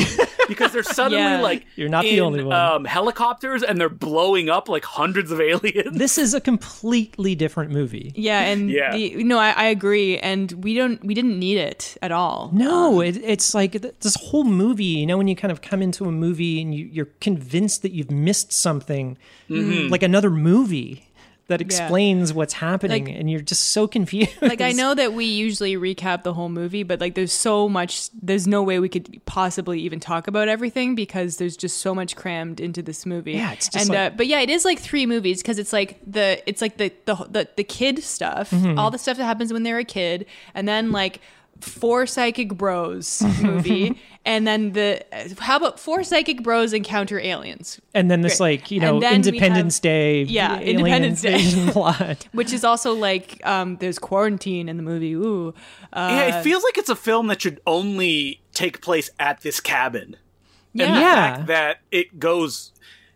Speaker 2: Because they're suddenly
Speaker 1: Yeah.
Speaker 2: like
Speaker 3: You're not the
Speaker 2: in,
Speaker 3: only one.
Speaker 2: Um, helicopters, and they're blowing up like hundreds of aliens.
Speaker 3: this is a completely different movie.
Speaker 1: Yeah, and
Speaker 2: Yeah.
Speaker 1: The, no, I, I agree, and we don't we didn't need it at all.
Speaker 3: No, it, it's like th- this whole movie, you know, when you kind of come into a movie and you, you're convinced that you've missed something, like another movie that explains what's happening, and you're just so confused.
Speaker 1: Like I know that we usually recap the whole movie, but like there's so much there's no way we could possibly even talk about everything because there's just so much crammed into this movie.
Speaker 3: Yeah, it's just
Speaker 1: and
Speaker 3: like-
Speaker 1: uh, but yeah, it is like three movies because it's like the it's like the the the, the kid stuff,
Speaker 3: Mm-hmm.
Speaker 1: all the stuff that happens when they're a kid, and then like four psychic bros
Speaker 3: Mm-hmm.
Speaker 1: movie and then the uh, how about four psychic bros encounter aliens
Speaker 3: And then this, like, you
Speaker 1: And
Speaker 3: know,
Speaker 1: then we
Speaker 3: Independence
Speaker 1: have-
Speaker 3: Day,
Speaker 1: Yeah,
Speaker 3: alien
Speaker 1: Independence Day.
Speaker 3: invasion plot.
Speaker 1: which is also like um there's quarantine in the movie ooh uh,
Speaker 2: yeah, it feels like it's a film that should only take place at this cabin.
Speaker 1: yeah.
Speaker 3: Yeah.
Speaker 2: fact that it goes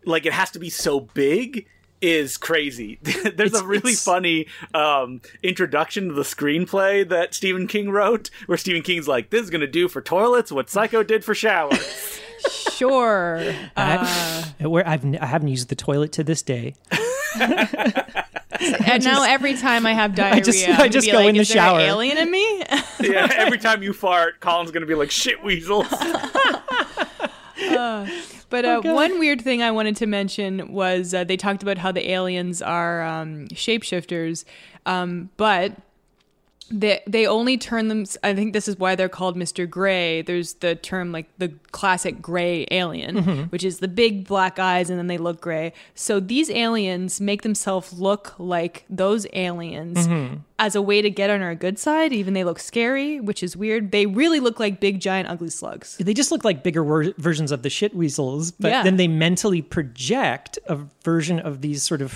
Speaker 2: like it has to be so big is crazy. There's
Speaker 3: It's-
Speaker 2: a really
Speaker 3: it's-
Speaker 2: funny um, introduction to the screenplay that Stephen King wrote, where Stephen King's like, "This is gonna do for toilets what Psycho did for showers."
Speaker 1: sure Uh.
Speaker 3: I- where I've, n- I haven't used the toilet to this day.
Speaker 1: And now every time I have diarrhea, I
Speaker 3: just-
Speaker 1: just,
Speaker 3: I just
Speaker 1: be
Speaker 3: go
Speaker 1: like,
Speaker 3: in the
Speaker 1: "Is there an
Speaker 3: shower."
Speaker 1: alien in me.
Speaker 2: yeah, every time you fart, Colin's gonna be like shit weasels.
Speaker 1: But
Speaker 3: Oh,
Speaker 1: uh, one weird thing I wanted to mention was uh, they talked about how the aliens are um, shapeshifters, um, but they they only turn them. I think this is why they're called Mister Gray. There's the term like the classic gray alien,
Speaker 3: Mm-hmm.
Speaker 1: which is the big black eyes and then they look gray. So these aliens make themselves look like those aliens
Speaker 3: Mm-hmm.
Speaker 1: as a way to get on our good side. Even they look scary, which is weird. They really look like big giant ugly slugs.
Speaker 3: They just look like bigger wor- versions of the shit weasels, but
Speaker 1: Yeah.
Speaker 3: then they mentally project a version of these sort of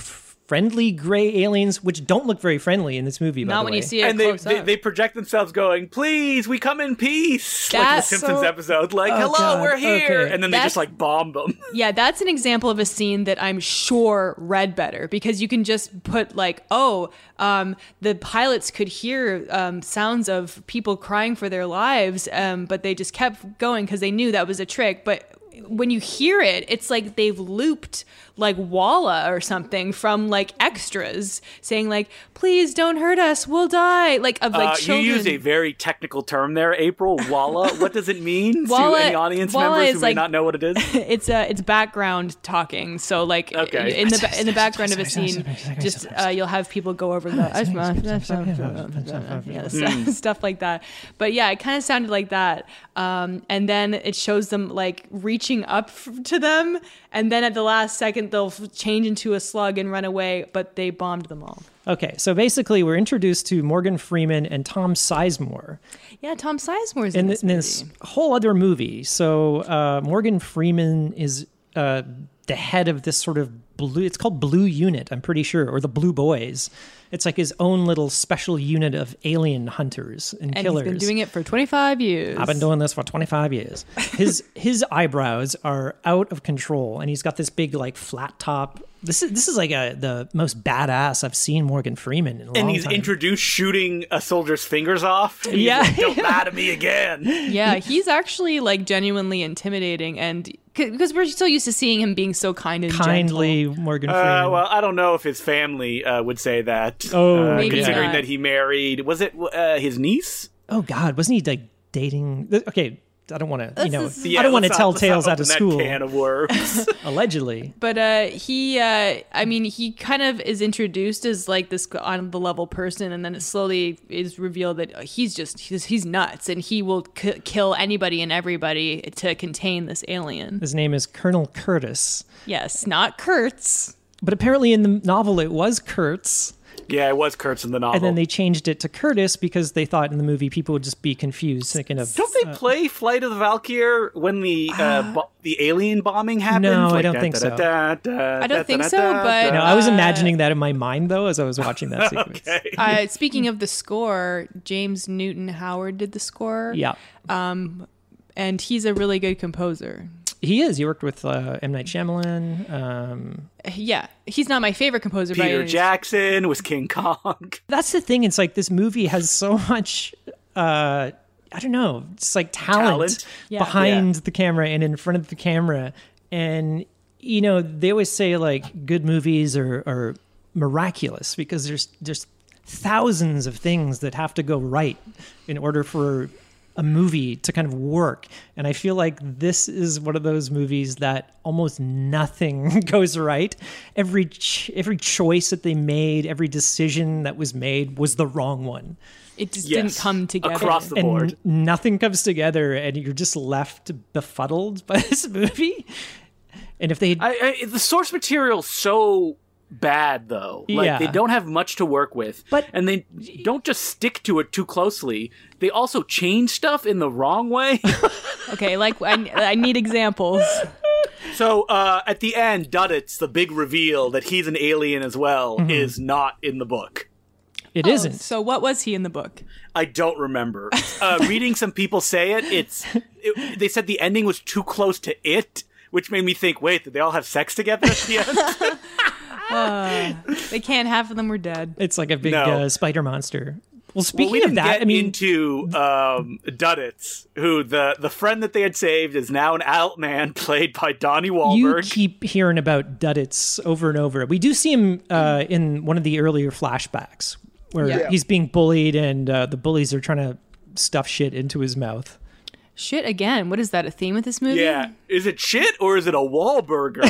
Speaker 3: friendly gray aliens, which don't look very friendly in this movie. by
Speaker 1: Not
Speaker 3: the
Speaker 1: when
Speaker 3: way.
Speaker 1: you see it
Speaker 2: and they,
Speaker 1: close
Speaker 2: they
Speaker 1: up.
Speaker 2: they project themselves going, "Please, we come in peace," like the
Speaker 1: That's
Speaker 2: Simpsons
Speaker 1: so-
Speaker 2: episode, like, "Hello,
Speaker 3: Oh, God,
Speaker 2: we're here,"
Speaker 3: okay.
Speaker 2: and then they
Speaker 1: That's-
Speaker 2: just like bomb them.
Speaker 1: Yeah, that's an example of a scene that I'm sure read better because you can just put like, oh, um, the pilots could hear um, sounds of people crying for their lives, um, but they just kept going because they knew that was a trick. But when you hear it, it's like they've looped like Walla or something from like extras saying like, "Please don't hurt us, we'll die." Like of like
Speaker 2: uh, you
Speaker 1: children.
Speaker 2: use a very technical term there, April. Walla. what does it mean
Speaker 1: Walla-
Speaker 2: to any audience
Speaker 1: Walla
Speaker 2: members who
Speaker 1: is
Speaker 2: may
Speaker 1: like-
Speaker 2: not know what it is?
Speaker 1: it's uh it's background talking so like
Speaker 2: Okay.
Speaker 1: in the in the background of a scene just uh, you'll have people go over the yeah, stuff, stuff like that but yeah it kind of sounded like that um and then it shows them like reaching up f- to them and then at the last second they'll f- change into a slug and run away but they bombed them all
Speaker 3: Okay, so basically, we're introduced to Morgan Freeman and Tom Sizemore
Speaker 1: yeah tom sizemore's in
Speaker 3: in,
Speaker 1: this,
Speaker 3: in this
Speaker 1: movie.
Speaker 3: whole other movie. So uh, Morgan Freeman is uh, the head of this sort of blue. It's called Blue Unit, I'm pretty sure, or the Blue Boys. It's like his own little special unit of alien hunters and,
Speaker 1: and
Speaker 3: killers.
Speaker 1: he's been doing it for 25 years
Speaker 3: I've been doing this for 25 years. His his eyebrows are out of control, and he's got this big like flat top. This is this is like a the most badass I've seen Morgan Freeman in a
Speaker 2: And
Speaker 3: long
Speaker 2: he's
Speaker 3: time.
Speaker 2: introduced shooting a soldier's fingers off. And he's
Speaker 3: Yeah.
Speaker 2: like, don't lie to me again.
Speaker 1: Yeah, he's actually like genuinely intimidating, and c- because we're so used to seeing him being so kind and
Speaker 3: kindly Morgan Freeman.
Speaker 2: Uh, well, I don't know if his family uh, would say that.
Speaker 3: Oh,
Speaker 2: uh,
Speaker 1: Maybe
Speaker 2: considering
Speaker 1: not.
Speaker 2: that he married, was it uh, his niece?
Speaker 3: oh God, wasn't he like dating? th- Okay, I don't want to. You know,
Speaker 1: is-
Speaker 3: I don't want to
Speaker 2: let's not-
Speaker 3: tell
Speaker 2: let's not
Speaker 3: tales out
Speaker 2: open
Speaker 3: of
Speaker 2: that
Speaker 3: school.
Speaker 2: Can of worms.
Speaker 3: Allegedly,
Speaker 1: But uh, he, uh, I mean, he kind of is introduced as like this on the level person, and then it slowly is revealed that uh, he's just he's, he's nuts, and he will c- kill anybody and everybody to contain this alien.
Speaker 3: his name is Colonel Curtis,
Speaker 1: Yes, not Kurtz.
Speaker 3: but apparently in the novel it was Kurtz.
Speaker 2: yeah, it was Kurtz in the novel.
Speaker 3: And then they changed it to Curtis because they thought in the movie people would just be confused, thinking of
Speaker 2: Don't they play Flight of the Valkyr when the uh, bo- the alien bombing happens?
Speaker 3: No, I
Speaker 2: Like,
Speaker 3: don't
Speaker 2: da-
Speaker 3: think
Speaker 2: da-
Speaker 3: so.
Speaker 2: da- da-
Speaker 1: I don't think
Speaker 2: da-
Speaker 1: so,
Speaker 2: da-
Speaker 1: but-
Speaker 3: No,
Speaker 2: da-
Speaker 3: I was imagining that in my mind though as I was watching that sequence.
Speaker 1: Uh, speaking of the score, James Newton Howard did the score.
Speaker 3: Yeah,
Speaker 1: and he's a really good composer.
Speaker 3: he is. He worked with uh, M Night Shyamalan. Um,
Speaker 1: Yeah, he's not my favorite composer. by
Speaker 2: Peter
Speaker 1: any-
Speaker 2: Jackson was King Kong.
Speaker 3: that's the thing. It's like this movie has so much. Uh, I don't know. It's like talent,
Speaker 2: Talent?
Speaker 1: Yeah.
Speaker 3: behind the camera and in front of the camera, and you know they always say like good movies are, are miraculous because there's there's thousands of things that have to go right in order for a movie to kind of work. And I feel like this is one of those movies that almost nothing goes right. Every ch- every choice that they made, every decision that was made was the wrong one.
Speaker 1: It just
Speaker 2: Yes.
Speaker 1: didn't come together.
Speaker 2: Across the
Speaker 3: And
Speaker 2: board.
Speaker 3: n- nothing comes together and you're just left befuddled by this movie. And if they
Speaker 2: I, I, the source material's so bad though like
Speaker 3: Yeah.
Speaker 2: they don't have much to work with
Speaker 3: But-
Speaker 2: and they don't just stick to it too closely they also change stuff in the wrong way
Speaker 1: okay, like I, I need examples.
Speaker 2: so uh, at the end duddits the big reveal that he's an alien as well
Speaker 3: Mm-hmm.
Speaker 2: is not in the book
Speaker 3: it not
Speaker 1: Oh, So what was he in the book?
Speaker 2: I don't remember. Uh, reading some people say it, it's it, they said the ending was too close to it, which made me think, wait, did they all have sex together at the end?
Speaker 1: Uh, They can't. Half of them were dead.
Speaker 3: it's like a big
Speaker 2: No.
Speaker 3: uh, spider monster. Well, speaking
Speaker 2: well, we didn't
Speaker 3: of that,
Speaker 2: get
Speaker 3: I mean,
Speaker 2: into um, Duddits, who the the friend that they had saved is now an out man played by Donnie
Speaker 3: you
Speaker 2: Wahlberg.
Speaker 3: keep hearing about Duddits over and over. We do see him uh, in one of the earlier flashbacks where
Speaker 1: Yeah.
Speaker 3: he's being bullied and uh, the bullies are trying to stuff shit into his mouth.
Speaker 1: Shit again. What is that? A theme with this movie?
Speaker 2: yeah, is it shit or is it a Wahlburger?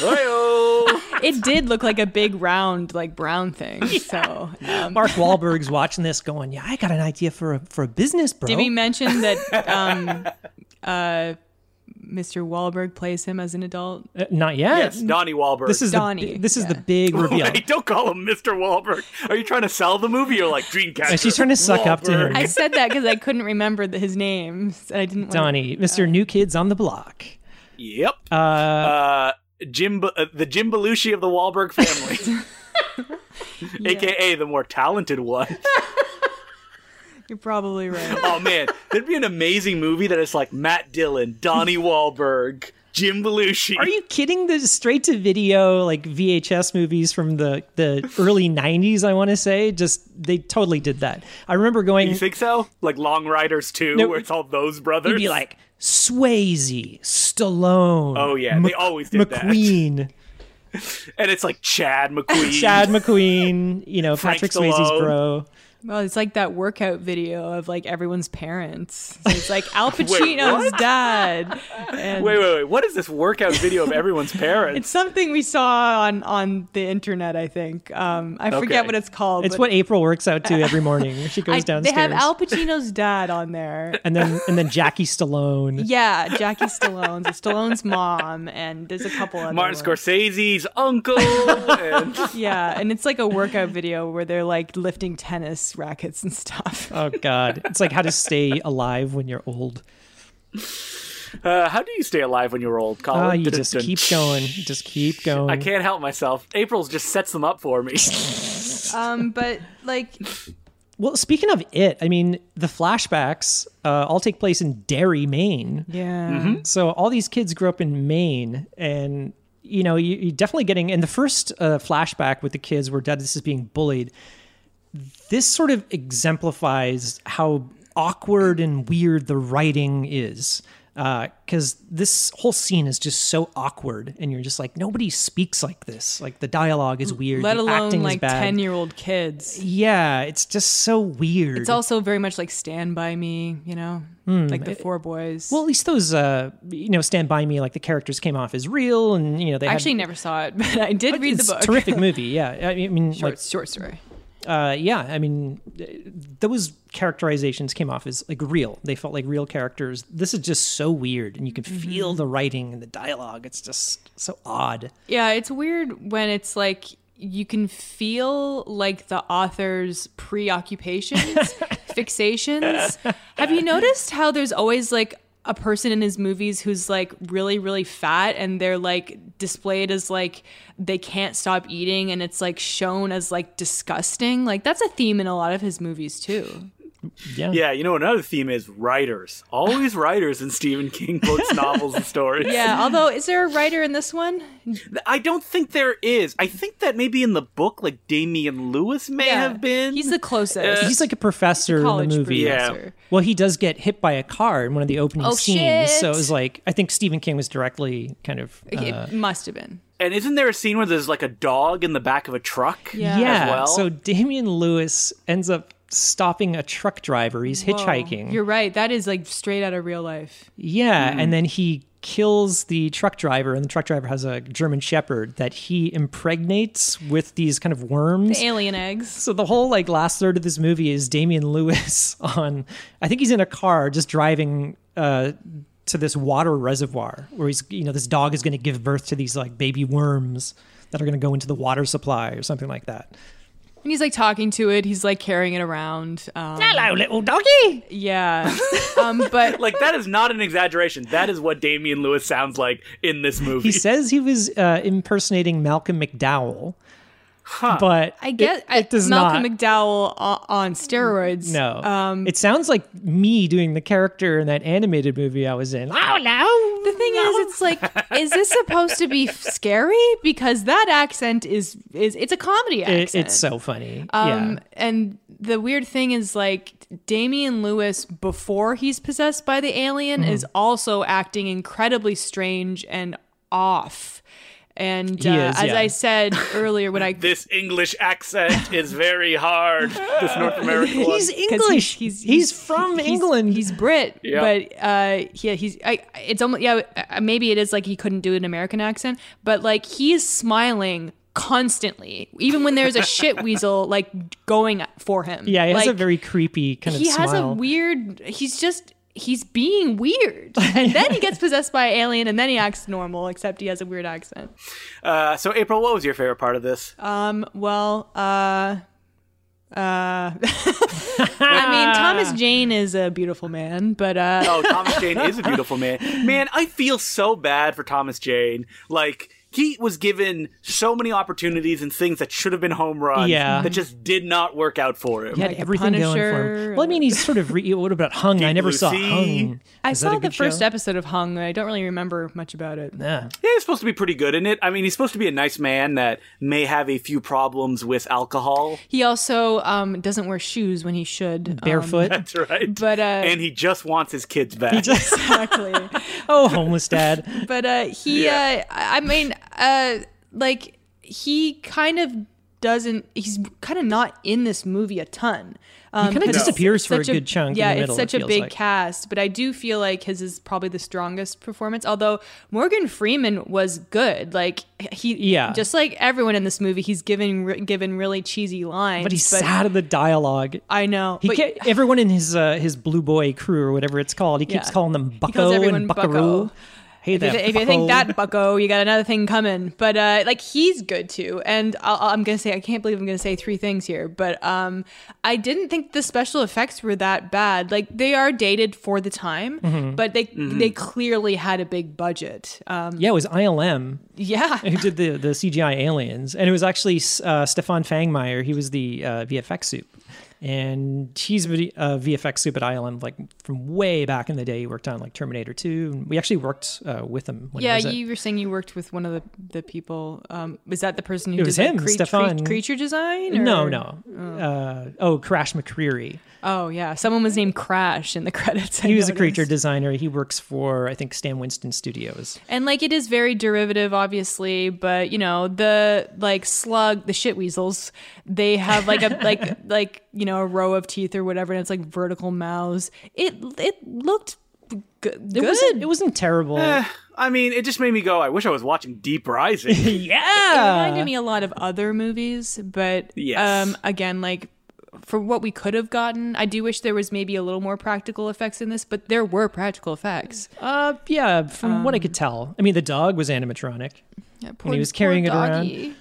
Speaker 2: Hey-oh.
Speaker 1: It did look like a big round, like brown thing. So, um,
Speaker 3: Mark Wahlberg's watching this, going, "Yeah, I got an idea for a for a business, bro."
Speaker 1: did we mention that um, uh, Mr. Wahlberg plays him as an adult?
Speaker 3: Uh, not yet.
Speaker 2: Yes, Donnie Wahlberg.
Speaker 3: This is
Speaker 1: Donnie,
Speaker 3: the this is
Speaker 1: yeah.
Speaker 3: the big reveal.
Speaker 2: Wait, don't call him Mr. Wahlberg. Are you trying to sell the movie or like Dreamcatcher?
Speaker 3: And she's trying to suck up to him.
Speaker 1: I said that because I couldn't remember the, his name. And I didn't. wanna-
Speaker 3: Donnie, Mr. New Kids on the Block.
Speaker 2: Yep.
Speaker 3: Uh,
Speaker 2: Uh, Jim, uh, the Jim Belushi of the Wahlberg family, aka the more talented one.
Speaker 1: You're probably right.
Speaker 2: Oh man, there'd be an amazing movie that is like Matt Dillon, Donnie Wahlberg, Jim Belushi.
Speaker 3: are you kidding? The straight to video like VHS movies from the the early '90s. I want to say, just they totally did that. I remember going.
Speaker 2: You think so? Like Long Riders 2,
Speaker 3: No.
Speaker 2: where it's all those brothers.
Speaker 3: you'd be like Swayze, Stallone.
Speaker 2: Oh, yeah, they always did that.
Speaker 3: McQueen,
Speaker 2: and it's like Chad McQueen.
Speaker 3: Chad McQueen. You know
Speaker 2: Frank
Speaker 3: Patrick Swayze's
Speaker 2: Stallone.
Speaker 3: bro.
Speaker 1: Well, it's like that workout video of like everyone's parents. So it's like Al
Speaker 2: Wait,
Speaker 1: Pacino's dad. And
Speaker 2: Wait, wait, wait. What is this workout video of everyone's parents?
Speaker 1: It's something we saw on on the internet. I think um, I forget
Speaker 2: Okay.
Speaker 1: what it's called.
Speaker 3: It's
Speaker 1: but
Speaker 3: what April works out to every morning. She
Speaker 1: I-
Speaker 3: goes downstairs.
Speaker 1: They have Al Pacino's dad on there.
Speaker 3: and then and then Jackie Stallone.
Speaker 1: Yeah, Jackie Stallone's, Stallone's mom, and there's a couple other
Speaker 2: Martin
Speaker 1: ones.
Speaker 2: Scorsese's uncle. and-
Speaker 1: Yeah, and it's like a workout video where they're like lifting tennis rackets and stuff.
Speaker 3: Oh God, it's like how to stay alive when you're old.
Speaker 2: Uh, how do you stay alive when you're old, Colin?
Speaker 3: Oh, you
Speaker 2: Dun-
Speaker 3: just
Speaker 2: dun-
Speaker 3: keep going, You just keep going.
Speaker 2: I can't help myself. April's just sets them up for me.
Speaker 1: Um, but like,
Speaker 3: Well, speaking of it, I mean, the flashbacks uh, all take place in Derry, Maine.
Speaker 1: yeah,
Speaker 2: Mm-hmm.
Speaker 3: So all these kids grew up in Maine, and you know, you, you're definitely getting. In the first uh, flashback with the kids where Dennis is being bullied, this sort of exemplifies how awkward and weird the writing is. Because this whole scene is just so awkward, and you're just like, nobody speaks like this. Like the dialogue is weird.
Speaker 1: Mm, let
Speaker 3: the
Speaker 1: alone
Speaker 3: acting
Speaker 1: like
Speaker 3: is bad.
Speaker 1: ten year old kids.
Speaker 3: Yeah, it's just so weird.
Speaker 1: It's also very much like Stand By Me, you know, like the Four Boys.
Speaker 3: well, at least those, uh, you know, Stand By Me, like the characters came off as real, and you know they
Speaker 1: I
Speaker 3: had-
Speaker 1: actually never saw it, but I did read the
Speaker 3: It's a
Speaker 1: book.
Speaker 3: Terrific movie, yeah. I mean,
Speaker 1: Short, short story.
Speaker 3: like, uh, yeah, I mean, th- those characterizations came off as like real. They felt like real characters. This is just so weird, and you
Speaker 1: Mm-hmm.
Speaker 3: can feel the writing and the dialogue. It's just so odd.
Speaker 1: Yeah, it's weird when it's like you can feel like the author's preoccupations, fixations. Have you noticed how there's always like a person in his movies who's like really really fat and they're like displayed as like they can't stop eating and it's like shown as like disgusting like that's a theme in a lot of his movies too
Speaker 2: yeah, you know, another theme is writers. Always writers in Stephen King books, novels, and stories.
Speaker 1: yeah although is there a writer in this one
Speaker 2: I don't think there is. I think that maybe in the book, like Damian Lewis may
Speaker 1: Yeah.
Speaker 2: have been.
Speaker 1: he's the closest
Speaker 3: He's like a professor in
Speaker 1: Uh, college
Speaker 3: the movie.
Speaker 2: Yeah.
Speaker 1: professor.
Speaker 3: Well, he does get hit by a car in one of the opening
Speaker 1: Oh,
Speaker 3: scenes. So
Speaker 1: shit.
Speaker 3: it was like I think Stephen King was directly kind of uh,
Speaker 1: it must have been
Speaker 2: and isn't there a scene where there's like a dog in the back of a truck?
Speaker 1: Yeah.
Speaker 3: Yeah.
Speaker 2: as well?
Speaker 3: So Damian Lewis ends up stopping a truck driver. He's
Speaker 1: Whoa.
Speaker 2: Oh,
Speaker 3: hitchhiking.
Speaker 1: You're right. That is like straight out of real life.
Speaker 2: Hmm.
Speaker 3: yeah. And then he kills the truck driver, and the truck driver has a German Shepherd that he impregnates with these kind of worms.
Speaker 1: Alien eggs.
Speaker 3: so the whole like last third of this movie is Damian Lewis on I think he's in a car just driving uh to this water reservoir where he's you know this dog is going to give birth to these like baby worms that are going to go into the water supply or something like that.
Speaker 1: And he's like talking to it. He's like carrying it around. Um,
Speaker 3: Hello little doggy.
Speaker 1: yeah. Um, but
Speaker 2: like that is not an exaggeration. That is what Damian Lewis sounds like in this movie.
Speaker 3: He says he was uh, impersonating Malcolm McDowell, but
Speaker 1: I guess
Speaker 3: it, it does
Speaker 1: Malcolm
Speaker 3: not.
Speaker 1: McDowell on, on steroids.
Speaker 3: no,
Speaker 1: Um,
Speaker 3: it sounds like me doing the character in that animated movie I was in. Oh no!
Speaker 1: the thing is, it's like, is this supposed to be f- scary? Because that accent is is it's a comedy
Speaker 3: It,
Speaker 1: accent.
Speaker 3: it's so funny.
Speaker 1: Um,
Speaker 3: yeah,
Speaker 1: and the weird thing is like Damian Lewis before he's possessed by the alien
Speaker 3: Mm-hmm.
Speaker 1: is also acting incredibly strange and off. And uh,
Speaker 3: is,
Speaker 1: as
Speaker 3: yeah.
Speaker 1: I said earlier, when I
Speaker 2: This English accent is very hard. This North American one.
Speaker 3: He's
Speaker 1: 'Cause
Speaker 3: English. He's, he's, from
Speaker 1: he's-
Speaker 3: England.
Speaker 1: He's Brit,
Speaker 2: Yeah.
Speaker 1: but uh, yeah, he's. I, it's almost yeah. uh, Maybe it is like he couldn't do an American accent, but like he's smiling constantly, even when there's a shit weasel like going for him.
Speaker 3: yeah, he has a
Speaker 1: Like,
Speaker 3: very creepy kind of
Speaker 1: he
Speaker 3: smile.
Speaker 1: has a weird. He's just. He's being weird. And then he gets possessed by an alien, and then he acts normal, except he has a weird accent.
Speaker 2: Uh, so, April, what was your favorite part of this?
Speaker 1: Um, well, uh, uh, I mean, Thomas Jane is a beautiful man, but uh,
Speaker 2: Oh, Thomas Jane is a beautiful man. Man, I feel so bad for Thomas Jane. Like he was given so many opportunities and things that should have been home runs
Speaker 3: Yeah.
Speaker 2: that just did not work out for him.
Speaker 3: He had
Speaker 1: Like the
Speaker 3: everything going for
Speaker 1: Punisher
Speaker 3: him. Well, I mean, he's sort of. Re- what about Hung? I never
Speaker 2: Blue
Speaker 3: saw
Speaker 2: Sea.
Speaker 3: Hung.
Speaker 1: I
Speaker 3: Is that a
Speaker 1: saw the
Speaker 3: good
Speaker 1: first
Speaker 3: show? Ah,
Speaker 1: episode of Hung. and I don't really remember much about it.
Speaker 3: Yeah.
Speaker 2: Yeah, he's supposed to be pretty good in it. I mean, he's supposed to be a nice man that may have a few problems with alcohol.
Speaker 1: He also um, doesn't wear shoes when he should. um,
Speaker 3: Barefoot.
Speaker 2: That's right.
Speaker 1: But, uh,
Speaker 2: and he just wants his kids back.
Speaker 1: exactly.
Speaker 3: oh, homeless dad.
Speaker 1: But uh, he,
Speaker 2: Yeah.
Speaker 1: uh, I I mean, uh, like he kind of doesn't. He's kind of not in this movie a ton. Um,
Speaker 3: kinda
Speaker 1: 'cause it's-
Speaker 3: disappears
Speaker 1: it's
Speaker 3: for a
Speaker 1: such
Speaker 3: good chunk in
Speaker 1: Yeah,
Speaker 3: the middle,
Speaker 1: it's such
Speaker 3: it
Speaker 1: a
Speaker 3: feels
Speaker 1: big
Speaker 3: like.
Speaker 1: cast, but I do feel like his is probably the strongest performance. Although Morgan Freeman was good, like he,
Speaker 3: Yeah.
Speaker 1: just like everyone in this movie, he's given given really cheesy lines,
Speaker 3: But he's sad of the dialogue.
Speaker 1: I know.
Speaker 3: He
Speaker 1: but-
Speaker 3: ca- everyone in his uh, his blue boy crew or whatever it's called. He keeps
Speaker 1: Yeah.
Speaker 3: calling them
Speaker 1: calls
Speaker 3: Bucko
Speaker 1: everyone
Speaker 3: and Buckaroo.
Speaker 1: Bucko.
Speaker 3: Hey
Speaker 1: if,
Speaker 3: there.
Speaker 1: you, if you think
Speaker 3: Bucko.
Speaker 1: that bucko you got another thing coming but uh like he's good too and I'll, I'll- i'm gonna say i can't believe i'm gonna say three things here but um i didn't think the special effects were that bad like they are dated for the time
Speaker 3: Mm-hmm.
Speaker 1: but they they clearly had a big budget um
Speaker 3: yeah, it was ILM
Speaker 1: yeah
Speaker 3: who did the the CGI aliens, and it was actually uh, Stefan Fangmeyer. He was the uh, VFX soup, and he's a uh, VFX soup at ILM like from way back in the day. He worked on like Terminator Two. And we actually worked uh, with him. When
Speaker 1: yeah
Speaker 3: he was at-
Speaker 1: you were saying you worked with one of the the people um was that the person who
Speaker 3: It
Speaker 1: did
Speaker 3: was
Speaker 1: the
Speaker 3: him,
Speaker 1: crea- crea-
Speaker 3: Stefan.
Speaker 1: creature design or-
Speaker 3: no, no. Oh. Uh, oh, Crash McCreary.
Speaker 1: oh yeah someone was named crash in the credits
Speaker 3: He was a creature designer. He works for, I think, Stan Winston Studios.
Speaker 1: And like it is very derivative, obviously, but you know the like slug, the shit weasels, they have like a like like you know a row of teeth or whatever, and it's like vertical mouths. It it looked g- good.
Speaker 3: It wasn't, it wasn't terrible.
Speaker 2: I mean, it just made me go. I wish I was watching Deep Rising.
Speaker 1: it
Speaker 3: yeah.
Speaker 1: reminded me a lot of other movies, but
Speaker 2: Yes.
Speaker 1: um, again, like for what we could have gotten, I do wish there was maybe a little more practical effects in this, but there were practical effects.
Speaker 3: Uh, yeah, from what I could tell. I mean, the dog was animatronic.
Speaker 1: Yeah,
Speaker 3: he was carrying it around.
Speaker 1: doggy.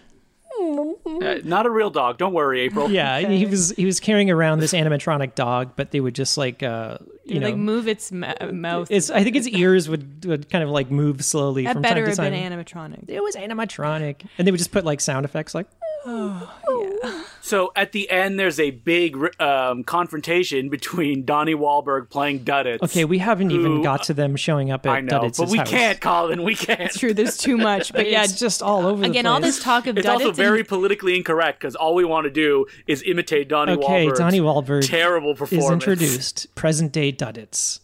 Speaker 2: Uh, Not a real dog. Don't worry, April.
Speaker 3: Yeah, he was he was carrying around this animatronic dog, but they would just like uh, you know,
Speaker 1: like move its ma- mouth.
Speaker 3: it's I think its ears would, would kind of like move slowly
Speaker 1: That
Speaker 3: from
Speaker 1: better
Speaker 3: time to
Speaker 1: have
Speaker 3: time.
Speaker 1: been animatronic.
Speaker 3: it was animatronic, and they would just put like sound effects like
Speaker 2: So at the end, there's a big um, confrontation between Donnie Wahlberg playing Duddits.
Speaker 3: okay, we haven't even
Speaker 2: Who-
Speaker 3: got to them showing up at
Speaker 2: I know,
Speaker 3: Duditz's
Speaker 2: but we
Speaker 3: house.
Speaker 2: can't, Colin. We can't.
Speaker 1: It's true. There's too much, but yeah,
Speaker 3: it's just all over
Speaker 1: again,
Speaker 3: the place.
Speaker 1: all this talk of
Speaker 2: It's
Speaker 1: Duddits
Speaker 2: also
Speaker 1: and-
Speaker 2: very politically incorrect because all we want to do is imitate Donnie
Speaker 3: Okay,
Speaker 2: Wahlberg's
Speaker 3: Donnie Wahlberg
Speaker 2: terrible
Speaker 3: is
Speaker 2: performance.
Speaker 3: introduced present day Duddits,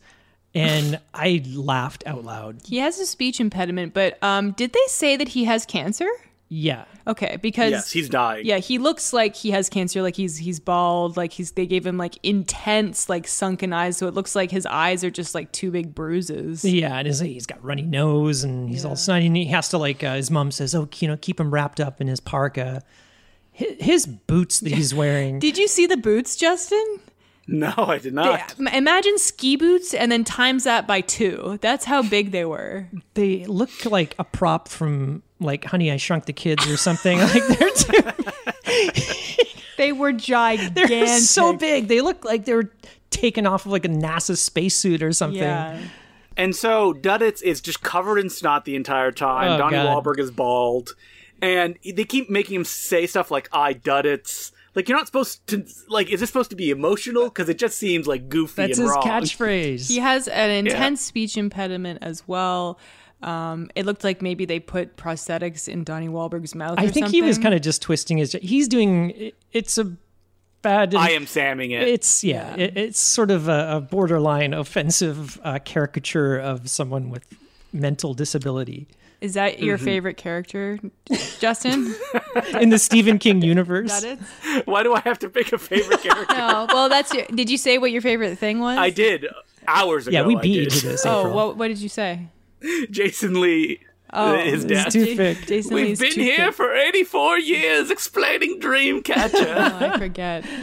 Speaker 3: and I laughed out loud.
Speaker 1: he has a speech impediment, but um, did they say that he has cancer?
Speaker 3: Yeah,
Speaker 1: Okay, because
Speaker 2: Yes, he's dying.
Speaker 1: yeah, he looks like he has cancer. Like he's he's bald. Like he's they gave him like intense like sunken eyes, so it looks like his eyes are just like two big bruises.
Speaker 3: Yeah, and his, he's got runny nose, and he's all snotty. And he has to like uh, his mom says, "Oh, you know, keep him wrapped up in his parka." His, his boots that he's wearing.
Speaker 1: Did you see the boots, Justin?
Speaker 2: No, I did not.
Speaker 1: M- Imagine ski boots and then times that by two. That's how big they were.
Speaker 3: they look like a prop from like Honey I Shrunk the Kids or something. like they're, too,
Speaker 1: They were gigantic.
Speaker 3: they're so big. They look like they were taken off of like a NASA spacesuit or something.
Speaker 1: Yeah.
Speaker 2: And so Duddits is just covered in snot the entire time.
Speaker 3: Oh,
Speaker 2: Donnie
Speaker 3: God.
Speaker 2: Wahlberg is bald, and they keep making him say stuff like "I Duddits." Like you're not supposed to. Like, is this supposed to be emotional? Because it just seems like goofy
Speaker 3: That's
Speaker 2: and
Speaker 3: his
Speaker 2: wrong.
Speaker 3: catchphrase.
Speaker 1: He has an intense speech impediment as well. Um, it looked like maybe they put prosthetics in Donnie Wahlberg's mouth.
Speaker 3: I
Speaker 1: or
Speaker 3: think he was
Speaker 1: something.
Speaker 3: kind of just twisting his. He's doing. It's a bad. and
Speaker 2: I am Samming it.
Speaker 3: It's yeah, It, it's sort of a, a borderline offensive uh, caricature of someone with mental disability
Speaker 1: Is that
Speaker 2: Mm-hmm.
Speaker 1: your favorite character, Justin?
Speaker 3: in the Stephen King universe.
Speaker 1: that it?
Speaker 2: Why do I have to pick a favorite character?
Speaker 1: No. Well, that's your. Did you say what your favorite thing was?
Speaker 2: I did hours ago.
Speaker 3: Yeah, we
Speaker 2: I
Speaker 3: beat you
Speaker 2: did.
Speaker 3: to this.
Speaker 1: Oh,
Speaker 3: April.
Speaker 1: what, what did you say?
Speaker 2: Jason Lee. uh,
Speaker 1: Oh,
Speaker 2: his
Speaker 1: it's
Speaker 2: dad.
Speaker 3: It's too thick.
Speaker 1: Jason
Speaker 2: We've
Speaker 1: Lee's
Speaker 2: been
Speaker 1: too
Speaker 2: here
Speaker 1: thick.
Speaker 2: for 84 years explaining Dreamcatcher.
Speaker 1: Oh, I forget.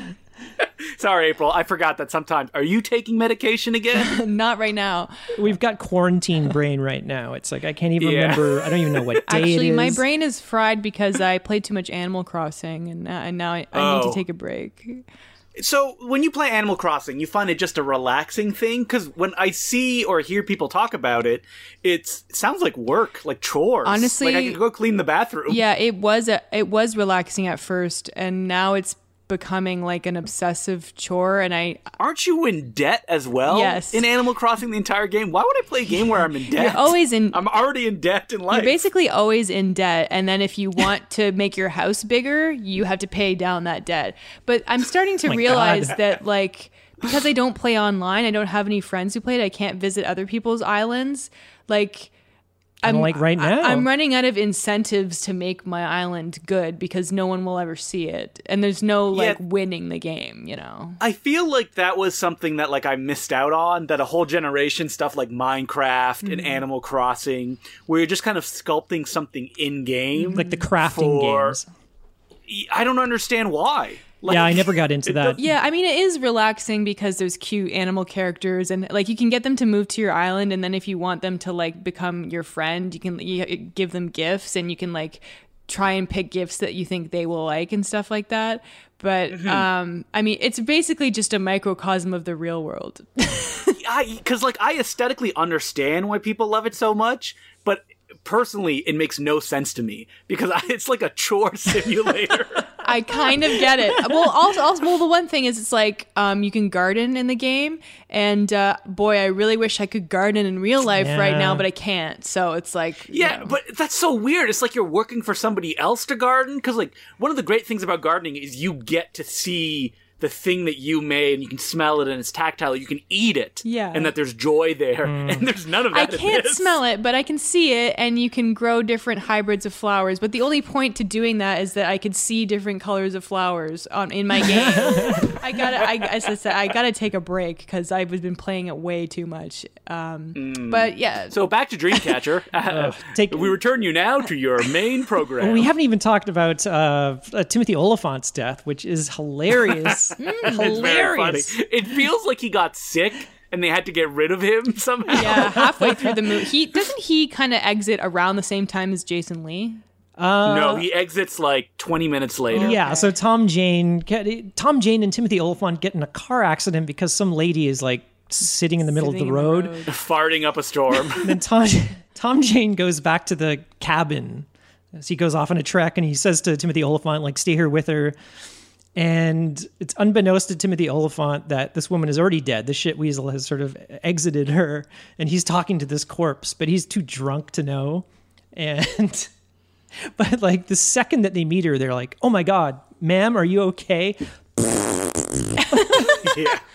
Speaker 2: Sorry, April. I forgot that sometimes. Are you taking medication again?
Speaker 1: Not right now.
Speaker 3: We've got quarantine brain right now. It's like I can't even
Speaker 2: Yeah.
Speaker 3: remember. I don't even know what day
Speaker 1: Actually,
Speaker 3: it is.
Speaker 1: my brain is fried because I played too much Animal Crossing, and, now- and now I, I need
Speaker 2: Oh.
Speaker 1: to take a break.
Speaker 2: so, when you play Animal Crossing, you find it just a relaxing thing? Because when I see or hear people talk about it, it's, it sounds like work, like chores.
Speaker 1: Honestly-
Speaker 2: like I could go clean the bathroom.
Speaker 1: Yeah, it was a, it was relaxing at first, and now it's becoming like an obsessive chore. And I
Speaker 2: Aren't you in debt as well?
Speaker 1: Yes.
Speaker 2: In Animal Crossing, the entire game. Why would I play a game where I'm in debt?
Speaker 1: you're always in
Speaker 2: I'm already in debt in life.
Speaker 1: You're basically always in debt, and then if you want to make your house bigger, you have to pay down that debt. But I'm starting to
Speaker 3: Oh my
Speaker 1: realize
Speaker 3: God.
Speaker 1: that, like, because I don't play online, I don't have any friends who played. I can't visit other people's islands. Like,
Speaker 3: I'm
Speaker 1: I'm-
Speaker 3: like right now.
Speaker 1: I- I'm running out of incentives to make my island good because no one will ever see it, and there's no like
Speaker 2: Yeah.
Speaker 1: winning the game, you know.
Speaker 2: I feel like that was something that like I missed out on that a whole generation stuff like Minecraft and
Speaker 1: Mm-hmm.
Speaker 2: Animal Crossing where you're just kind of sculpting something in game.
Speaker 3: like the crafting
Speaker 2: for-
Speaker 3: games.
Speaker 2: I don't understand why. Like,
Speaker 3: yeah, I never got into that.
Speaker 1: Yeah, I mean it is relaxing because there's cute animal characters and like you can get them to move to your island and then if you want them to like become your friend, you can you give them gifts and you can like try and pick gifts that you think they will like and stuff like that. But um I mean it's basically just a microcosm of the real world.
Speaker 2: I cuz like I aesthetically understand why people love it so much, but personally it makes no sense to me because I, it's like a chore simulator.
Speaker 1: I kind of get it. Well, also, also, well, the one thing is, it's like um, you can garden in the game, and uh, boy, I really wish I could garden in real life right
Speaker 3: Yeah.
Speaker 1: now, but I can't. So it's like, you
Speaker 2: Yeah,
Speaker 1: know.
Speaker 2: but that's so weird. It's like you're working for somebody else to garden because, like, one of the great things about gardening is you get to see the thing that you made and you can smell it and it's tactile. You can eat it.
Speaker 1: Yeah. Mm.
Speaker 2: and that there's joy there, and there's none of
Speaker 1: I
Speaker 2: that. in
Speaker 1: can't
Speaker 2: this.
Speaker 1: smell it, but I can see it, and you can grow different hybrids of flowers. But the only point to doing that is that I could see different colors of flowers on in my game. I gotta, I, as I said, I gotta take a break because I've been playing it way too much. Um, But yeah,
Speaker 2: Mm. So back to Dreamcatcher. Uh,
Speaker 3: take-
Speaker 2: we return you now to your main program.
Speaker 3: We haven't even talked about uh, uh, Timothy Oliphant's death, which is hilarious.
Speaker 1: Mm,
Speaker 2: it's very funny.
Speaker 3: hilarious.
Speaker 2: It feels like he got sick and they had to get rid of him somehow.
Speaker 1: yeah, halfway through the movie, he doesn't he kind of exit around the same time as Jason Lee.
Speaker 2: no, he exits like 20 minutes later.
Speaker 3: Uh, Yeah, so Tom Jane, Tom Jane, and Timothy Oliphant get in a car accident because some lady is like sitting in the middle of
Speaker 1: Sitting
Speaker 3: the
Speaker 1: in
Speaker 3: road.
Speaker 2: farting up a storm.
Speaker 3: And Tom Tom Jane goes back to the cabin. So he goes off on a trek and he says to Timothy Oliphant, like, stay here with her. And it's unbeknownst to Timothy Oliphant that this woman is already dead. The shit weasel has sort of exited her and he's talking to this corpse, but he's too drunk to know. And but like the second that they meet her, they're like, Oh my god, ma'am, are you okay?
Speaker 2: yeah.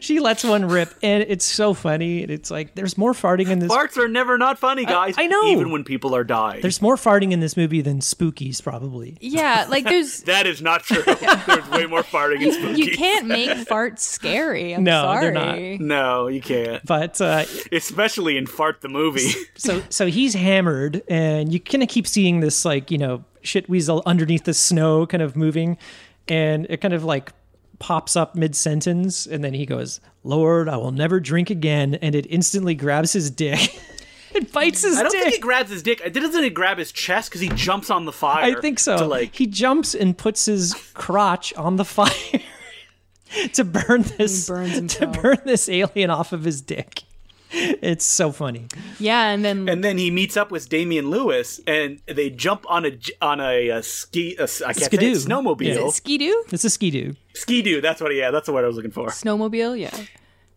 Speaker 3: She lets one rip and it's so funny. And it's like there's more farting in this
Speaker 2: Farts are never not funny, guys.
Speaker 3: I know.
Speaker 2: Even when people are dying.
Speaker 3: There's more farting in this movie than Spookies, probably.
Speaker 1: Yeah, like there's
Speaker 2: That is not true. There's way more farting in spooky.
Speaker 1: you can't make farts scary. I'm
Speaker 3: No,
Speaker 1: sorry.
Speaker 3: they're
Speaker 2: No, you can't.
Speaker 3: But uh,
Speaker 2: Especially in Fart the movie.
Speaker 3: so so he's hammered, and you kind of keep seeing this like you know shit weasel underneath the snow, kind of moving, and it kind of like pops up mid sentence, and then he goes, "Lord, I will never drink again," and it instantly grabs his dick. It bites his
Speaker 2: I don't
Speaker 3: dick.
Speaker 2: think he grabs his dick. Doesn't he grab his chest because he jumps on the
Speaker 3: I
Speaker 2: fire?
Speaker 3: think so.
Speaker 2: To like,
Speaker 3: he jumps and puts his crotch on the fire to burn this
Speaker 1: burns
Speaker 3: to
Speaker 1: himself.
Speaker 3: burn this alien off of his dick. It's so funny.
Speaker 1: Yeah, and then
Speaker 2: and then he meets up with Damian Lewis, and they jump on a j- on a, uh ski. I I can't
Speaker 3: Skidoo.
Speaker 2: say it, snowmobile.
Speaker 1: Skidoo
Speaker 3: It's a skidoo.
Speaker 2: Ski Skidoo. That's what. Yeah, that's the word I was looking for.
Speaker 1: snowmobile. Yeah,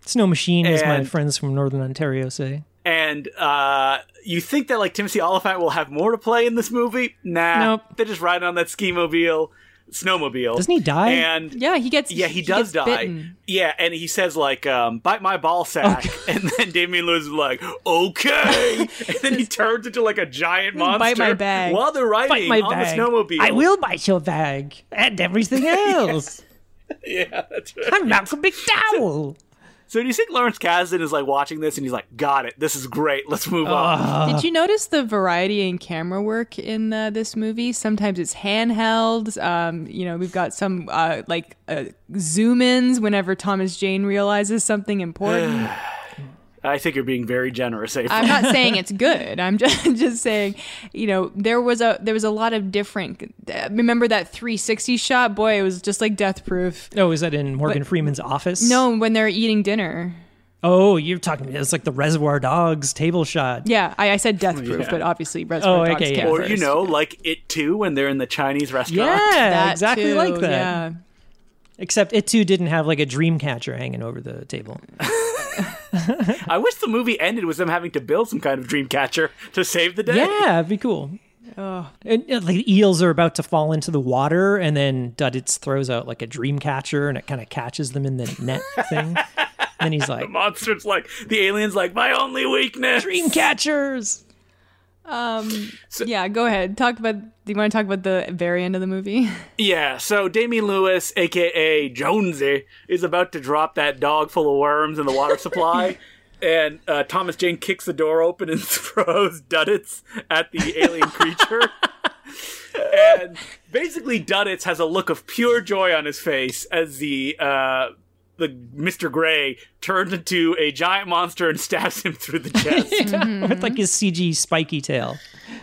Speaker 3: Snow machine, as my
Speaker 2: And-
Speaker 3: friends from Northern Ontario say.
Speaker 2: And uh, you think that like Timothy Oliphant will have more to play in this movie? Nah,
Speaker 3: Nope.
Speaker 2: they're just riding on that ski mobile. snowmobile.
Speaker 3: Doesn't he die?
Speaker 2: And
Speaker 1: Yeah, he gets.
Speaker 2: yeah, he
Speaker 1: gets
Speaker 2: does die.
Speaker 1: bitten.
Speaker 2: Yeah, and he says like, um, "Bite my ball sack," and then Damian Lewis is like, "Okay," and then he turns into like a giant monster.
Speaker 1: "Bite my bag."
Speaker 2: While they're riding
Speaker 3: my
Speaker 2: on
Speaker 3: bag.
Speaker 2: the snowmobile.
Speaker 3: I will bite your bag and everything else.
Speaker 2: Yeah, that's right.
Speaker 3: I'm Malcolm McDowell.
Speaker 2: So do you think Lawrence Kasdan is like watching this and he's like, "Got it. This is great. Let's move on."
Speaker 3: Uh-huh.
Speaker 1: Did you notice the variety in camera work in uh, this movie? Sometimes it's handhelds. Um, you know, we've got some uh, like uh, zoom ins whenever Thomas Jane realizes something important.
Speaker 2: I think you're being very generous, April.
Speaker 1: I'm not saying it's good. I'm just just saying, you know, there was a there was a lot of different. Remember that 360 shot? Boy, it was just like death proof.
Speaker 3: Oh, is that in Morgan Freeman's office?
Speaker 1: No, when they're eating dinner.
Speaker 3: Oh, you're talking. It's like the Reservoir Dogs table shot.
Speaker 1: Yeah, I, I said death proof,
Speaker 2: Yeah.
Speaker 1: but obviously Reservoir
Speaker 3: Oh,
Speaker 1: Dogs
Speaker 3: okay,
Speaker 1: came
Speaker 3: yeah.
Speaker 2: or
Speaker 1: first.
Speaker 2: you know, like it too when they're in the Chinese restaurant.
Speaker 3: Yeah,
Speaker 1: That
Speaker 3: exactly
Speaker 1: too,
Speaker 3: like that.
Speaker 1: Yeah.
Speaker 3: Except it too didn't have like a dream catcher hanging over the table.
Speaker 2: I wish the movie ended with them having to build some kind of dream catcher to save the day.
Speaker 3: Yeah, it'd be cool.
Speaker 1: Oh.
Speaker 3: And, and, like the eels are about to fall into the water, and then Duddits throws out like a dream catcher, and it kind of catches them in the net thing. and then he's like,
Speaker 2: Monster's like the alien's like my only weakness.
Speaker 3: "Dream catchers!"
Speaker 1: yeah, go ahead. Talk about. Do you want to talk about the very end of the movie?
Speaker 2: Yeah, so Damien Lewis, aka Jonesy, is about to drop that dog full of worms in the water supply. And uh, Thomas Jane kicks the door open and throws Duddits at the alien creature. and basically, Duddits has a look of pure joy on his face as the uh, the Mr. Gray turns into a giant monster and stabs him through the chest.
Speaker 3: With like his CG spiky tail.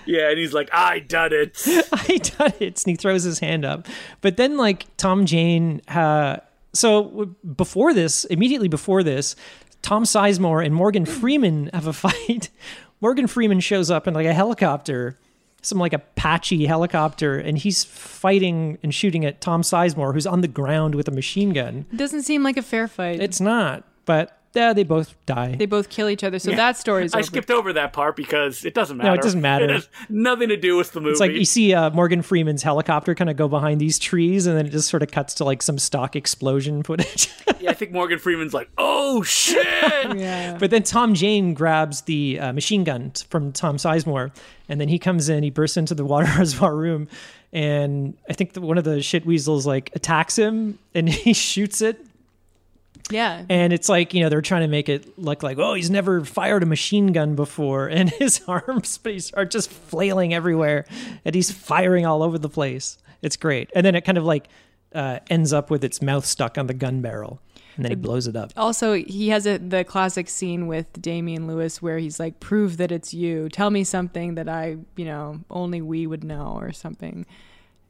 Speaker 2: yeah, and he's like, "I Duddits."
Speaker 3: I done it. And he throws his hand up. But then, like, Tom Jane. Uh, so w- before this, immediately before this, Tom Sizemore and Morgan Freeman have a fight. Morgan Freeman shows up in like a helicopter, some like Apache helicopter, and he's fighting and shooting at Tom Sizemore, who's on the ground with a machine gun.
Speaker 1: It doesn't seem like a fair fight.
Speaker 3: It's not, but yeah, they both die.
Speaker 1: they both kill each other, so that story's
Speaker 2: I
Speaker 1: over.
Speaker 2: skipped over that part because it doesn't matter.
Speaker 3: doesn't matter.
Speaker 2: It has nothing to do with the movie.
Speaker 3: It's like you see uh, Morgan Freeman's helicopter kind of go behind these trees, and then it just sort of cuts to like some stock explosion footage.
Speaker 2: Yeah, I think Morgan Freeman's like, oh shit!
Speaker 1: yeah.
Speaker 3: But then Tom Jane grabs the uh, machine gun t- from Tom Sizemore, and then he comes in. He bursts into the water reservoir room, and I think that one of the shit weasels like attacks him, and he shoots it.
Speaker 1: yeah.
Speaker 3: And it's like you know they're trying to make it look like oh he's never fired a machine gun before, and his arms but he's- are just flailing everywhere, and he's firing all over the place. It's great, and then it kind of like uh, ends up with its mouth stuck on the gun barrel, and then he blows it up.
Speaker 1: Also, he has a, the classic scene with Damian Lewis where he's like, "Prove that it's you. Tell me something that I, you know, only we would know, or something."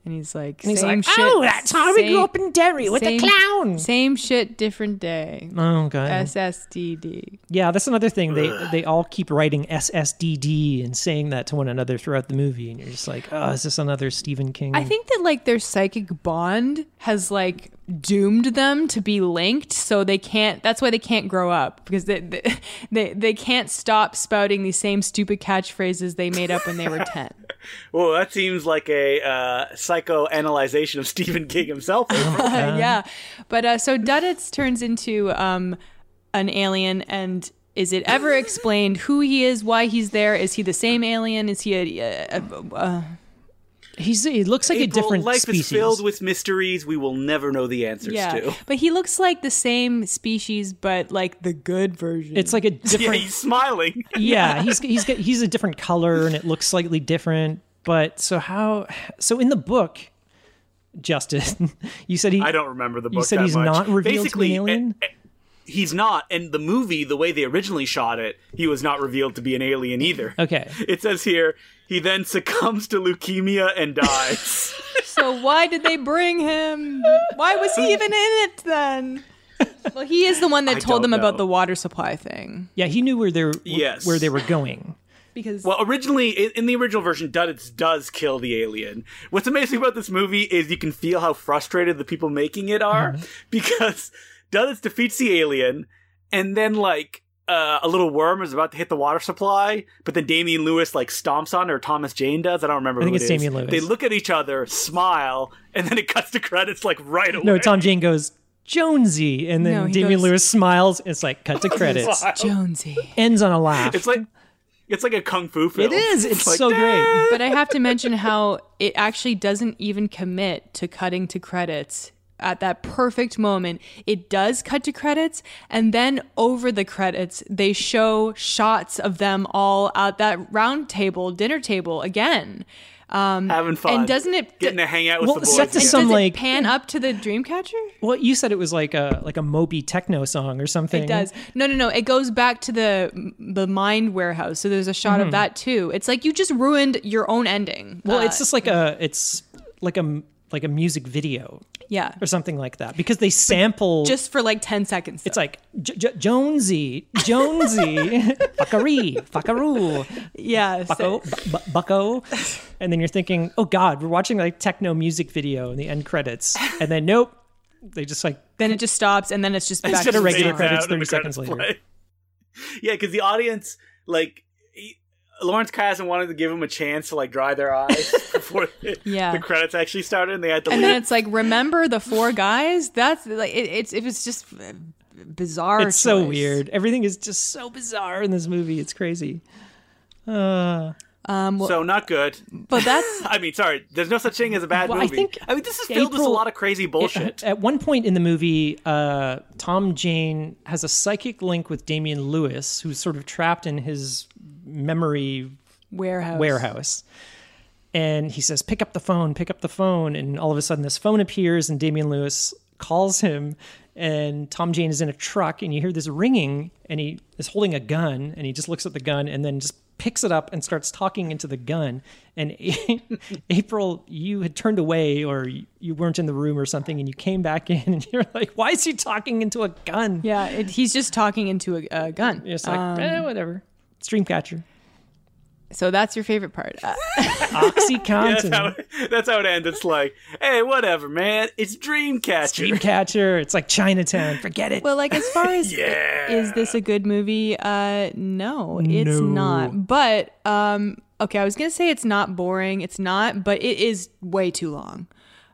Speaker 1: And he's like,
Speaker 3: And he's
Speaker 1: "Same
Speaker 3: like,
Speaker 1: shit,
Speaker 3: oh, that's how we
Speaker 1: same-
Speaker 3: grew up in Derry with the
Speaker 1: same-
Speaker 3: clown.
Speaker 1: Same shit, different day.
Speaker 3: Oh god.
Speaker 1: SSDD.
Speaker 3: yeah, that's another thing. They they all keep writing SSDD and saying that to one another throughout the movie, and you're just like, oh, is this another Stephen King?
Speaker 1: I think that like their psychic bond has like doomed them to be linked, so they can't. That's why they can't grow up because they they they, they can't stop spouting these same stupid catchphrases they made up when they were ten.
Speaker 2: Well, that seems like a uh, psychoanalyzation of Stephen King himself.
Speaker 1: yeah, but uh, so Duddits turns into um, an alien and. Is it ever explained who he is, why he's there? Is he the same alien? Is he a, a, a, a
Speaker 3: he's he looks like
Speaker 2: April,
Speaker 3: a different
Speaker 2: life
Speaker 3: species.
Speaker 2: is filled with mysteries we will never know the answers to.
Speaker 1: But he looks like the same species, but like the good version.
Speaker 3: it's like a
Speaker 2: Yeah,
Speaker 3: different.
Speaker 2: he's smiling.
Speaker 3: yeah, he's he's got, he's a different color and it looks slightly different. But so how? So in the book, Justin, you said he.
Speaker 2: I don't remember the book.
Speaker 3: You said
Speaker 2: that
Speaker 3: he's
Speaker 2: much.
Speaker 3: not revealed
Speaker 2: Basically,
Speaker 3: to be an alien.
Speaker 2: eh, eh, he's not. And the movie, the way they originally shot it, he was not revealed to be an alien either.
Speaker 3: okay.
Speaker 2: It says here he then succumbs to leukemia and dies.
Speaker 1: So why did they bring him? Why was he even in it then? Well, he is the one that
Speaker 2: I
Speaker 1: told them
Speaker 2: don't
Speaker 1: about
Speaker 2: know.
Speaker 1: the water supply thing.
Speaker 3: Yeah, he knew where they were,
Speaker 2: Yes.
Speaker 3: where they were going.
Speaker 1: Because
Speaker 2: Well, originally i- in the original version, Duddits does kill the alien. What's amazing about this movie is you can feel how frustrated the people
Speaker 3: Mm-hmm.
Speaker 2: making it are because Duddits defeats the alien, and then like uh, a little worm is about to hit the water supply, but then Damian Lewis like stomps on it, or Thomas Jane does. I don't remember.
Speaker 3: I think
Speaker 2: who
Speaker 3: it's
Speaker 2: it is.
Speaker 3: Damian Lewis.
Speaker 2: They look at each other, smile, and then it cuts to credits like right away.
Speaker 3: No, Tom Jane goes Jonesy, and then
Speaker 1: No, he
Speaker 3: Damian
Speaker 1: goes-
Speaker 3: Lewis smiles. It's like cut to credits.
Speaker 2: oh.
Speaker 1: Jonesy.
Speaker 3: Ends on a laugh.
Speaker 2: It's like it's like a kung fu film.
Speaker 3: it is. It's
Speaker 2: like,
Speaker 3: so great.
Speaker 1: But I have to mention how it actually doesn't even commit to cutting to credits at that perfect moment. It does cut to credits, and then over the credits, they show shots of them all at that round table, dinner table again.
Speaker 2: having fun.
Speaker 1: And doesn't it
Speaker 2: getting to hang out with
Speaker 3: Um, Well,
Speaker 2: the
Speaker 3: it
Speaker 2: boys?
Speaker 3: sets us
Speaker 2: again.
Speaker 3: up-
Speaker 1: does
Speaker 3: like-
Speaker 1: it pan up to the Dreamcatcher?
Speaker 3: Well, you said it was like a like a Moby techno song or something.
Speaker 1: It does. No, no, no. It goes back to the the mind warehouse. So there's a shot of that too. It's like you just ruined your own ending.
Speaker 3: Hmm. Well,
Speaker 1: Uh,
Speaker 3: it's just like a it's like a like a music video
Speaker 1: yeah,
Speaker 3: or something like that because they sample
Speaker 1: just for like ten seconds.
Speaker 3: It's like J- J- Jonesy, Jonesy, fuckery, fuckaroo,
Speaker 1: yeah,
Speaker 3: bucko, bu- bu- bucko, and then you're thinking, oh god, we're watching like techno music video in the end credits, and then nope, they just like
Speaker 1: then it just stops, and then it's just back
Speaker 2: It's
Speaker 1: to
Speaker 2: just
Speaker 1: the
Speaker 3: regular
Speaker 1: song.
Speaker 2: fades
Speaker 3: credits
Speaker 2: out and
Speaker 3: 30
Speaker 2: the
Speaker 3: seconds later.
Speaker 2: play. Yeah, because the audience like. he- Lawrence Kasdan wanted to give him a chance to like dry their eyes before the,
Speaker 1: Yeah.
Speaker 2: the credits actually started, and they had to
Speaker 1: And
Speaker 2: leave.
Speaker 1: then it's like, remember the four guys? That's like it, it's it was just uh, bizarre.
Speaker 3: it's so
Speaker 1: choice.
Speaker 3: weird. Everything is just so bizarre in this movie. It's crazy. Uh,
Speaker 2: so not good.
Speaker 1: But that's
Speaker 2: I mean, sorry. There's no such thing as a bad
Speaker 3: Well, I
Speaker 2: movie.
Speaker 3: think
Speaker 2: I mean, this is filled with a
Speaker 3: April-
Speaker 2: lot of crazy bullshit.
Speaker 3: At one point in the movie, uh, Tom Jane has a psychic link with Damian Lewis, who's sort of trapped in his memory
Speaker 1: warehouse.
Speaker 3: warehouse. And he says, Pick up the phone, pick up the phone. And all of a sudden, this phone appears, and Damian Lewis calls him. And Tom Jane is in a truck, and you hear this ringing, and he is holding a gun, and he just looks at the gun and then just picks it up and starts talking into the gun. And April, you had turned away, or you weren't in the room or something, and you came back in, and you're like, Why is he talking into a gun?
Speaker 1: Yeah, it, he's just talking into a, a gun. Uh,
Speaker 3: It's like, eh, whatever. Streamcatcher.
Speaker 1: So that's your favorite part. Uh,
Speaker 2: That's
Speaker 3: Oxycontin.
Speaker 2: how, that's how it ends. It's like, hey, whatever, man. It's Dreamcatcher.
Speaker 3: Dreamcatcher. It's like Chinatown. Forget it.
Speaker 1: well, like as far as uh,
Speaker 2: Yeah.
Speaker 1: is this a good movie? Uh, no, it's not. But um, okay, I was gonna say it's not boring. It's not, but it is way too long.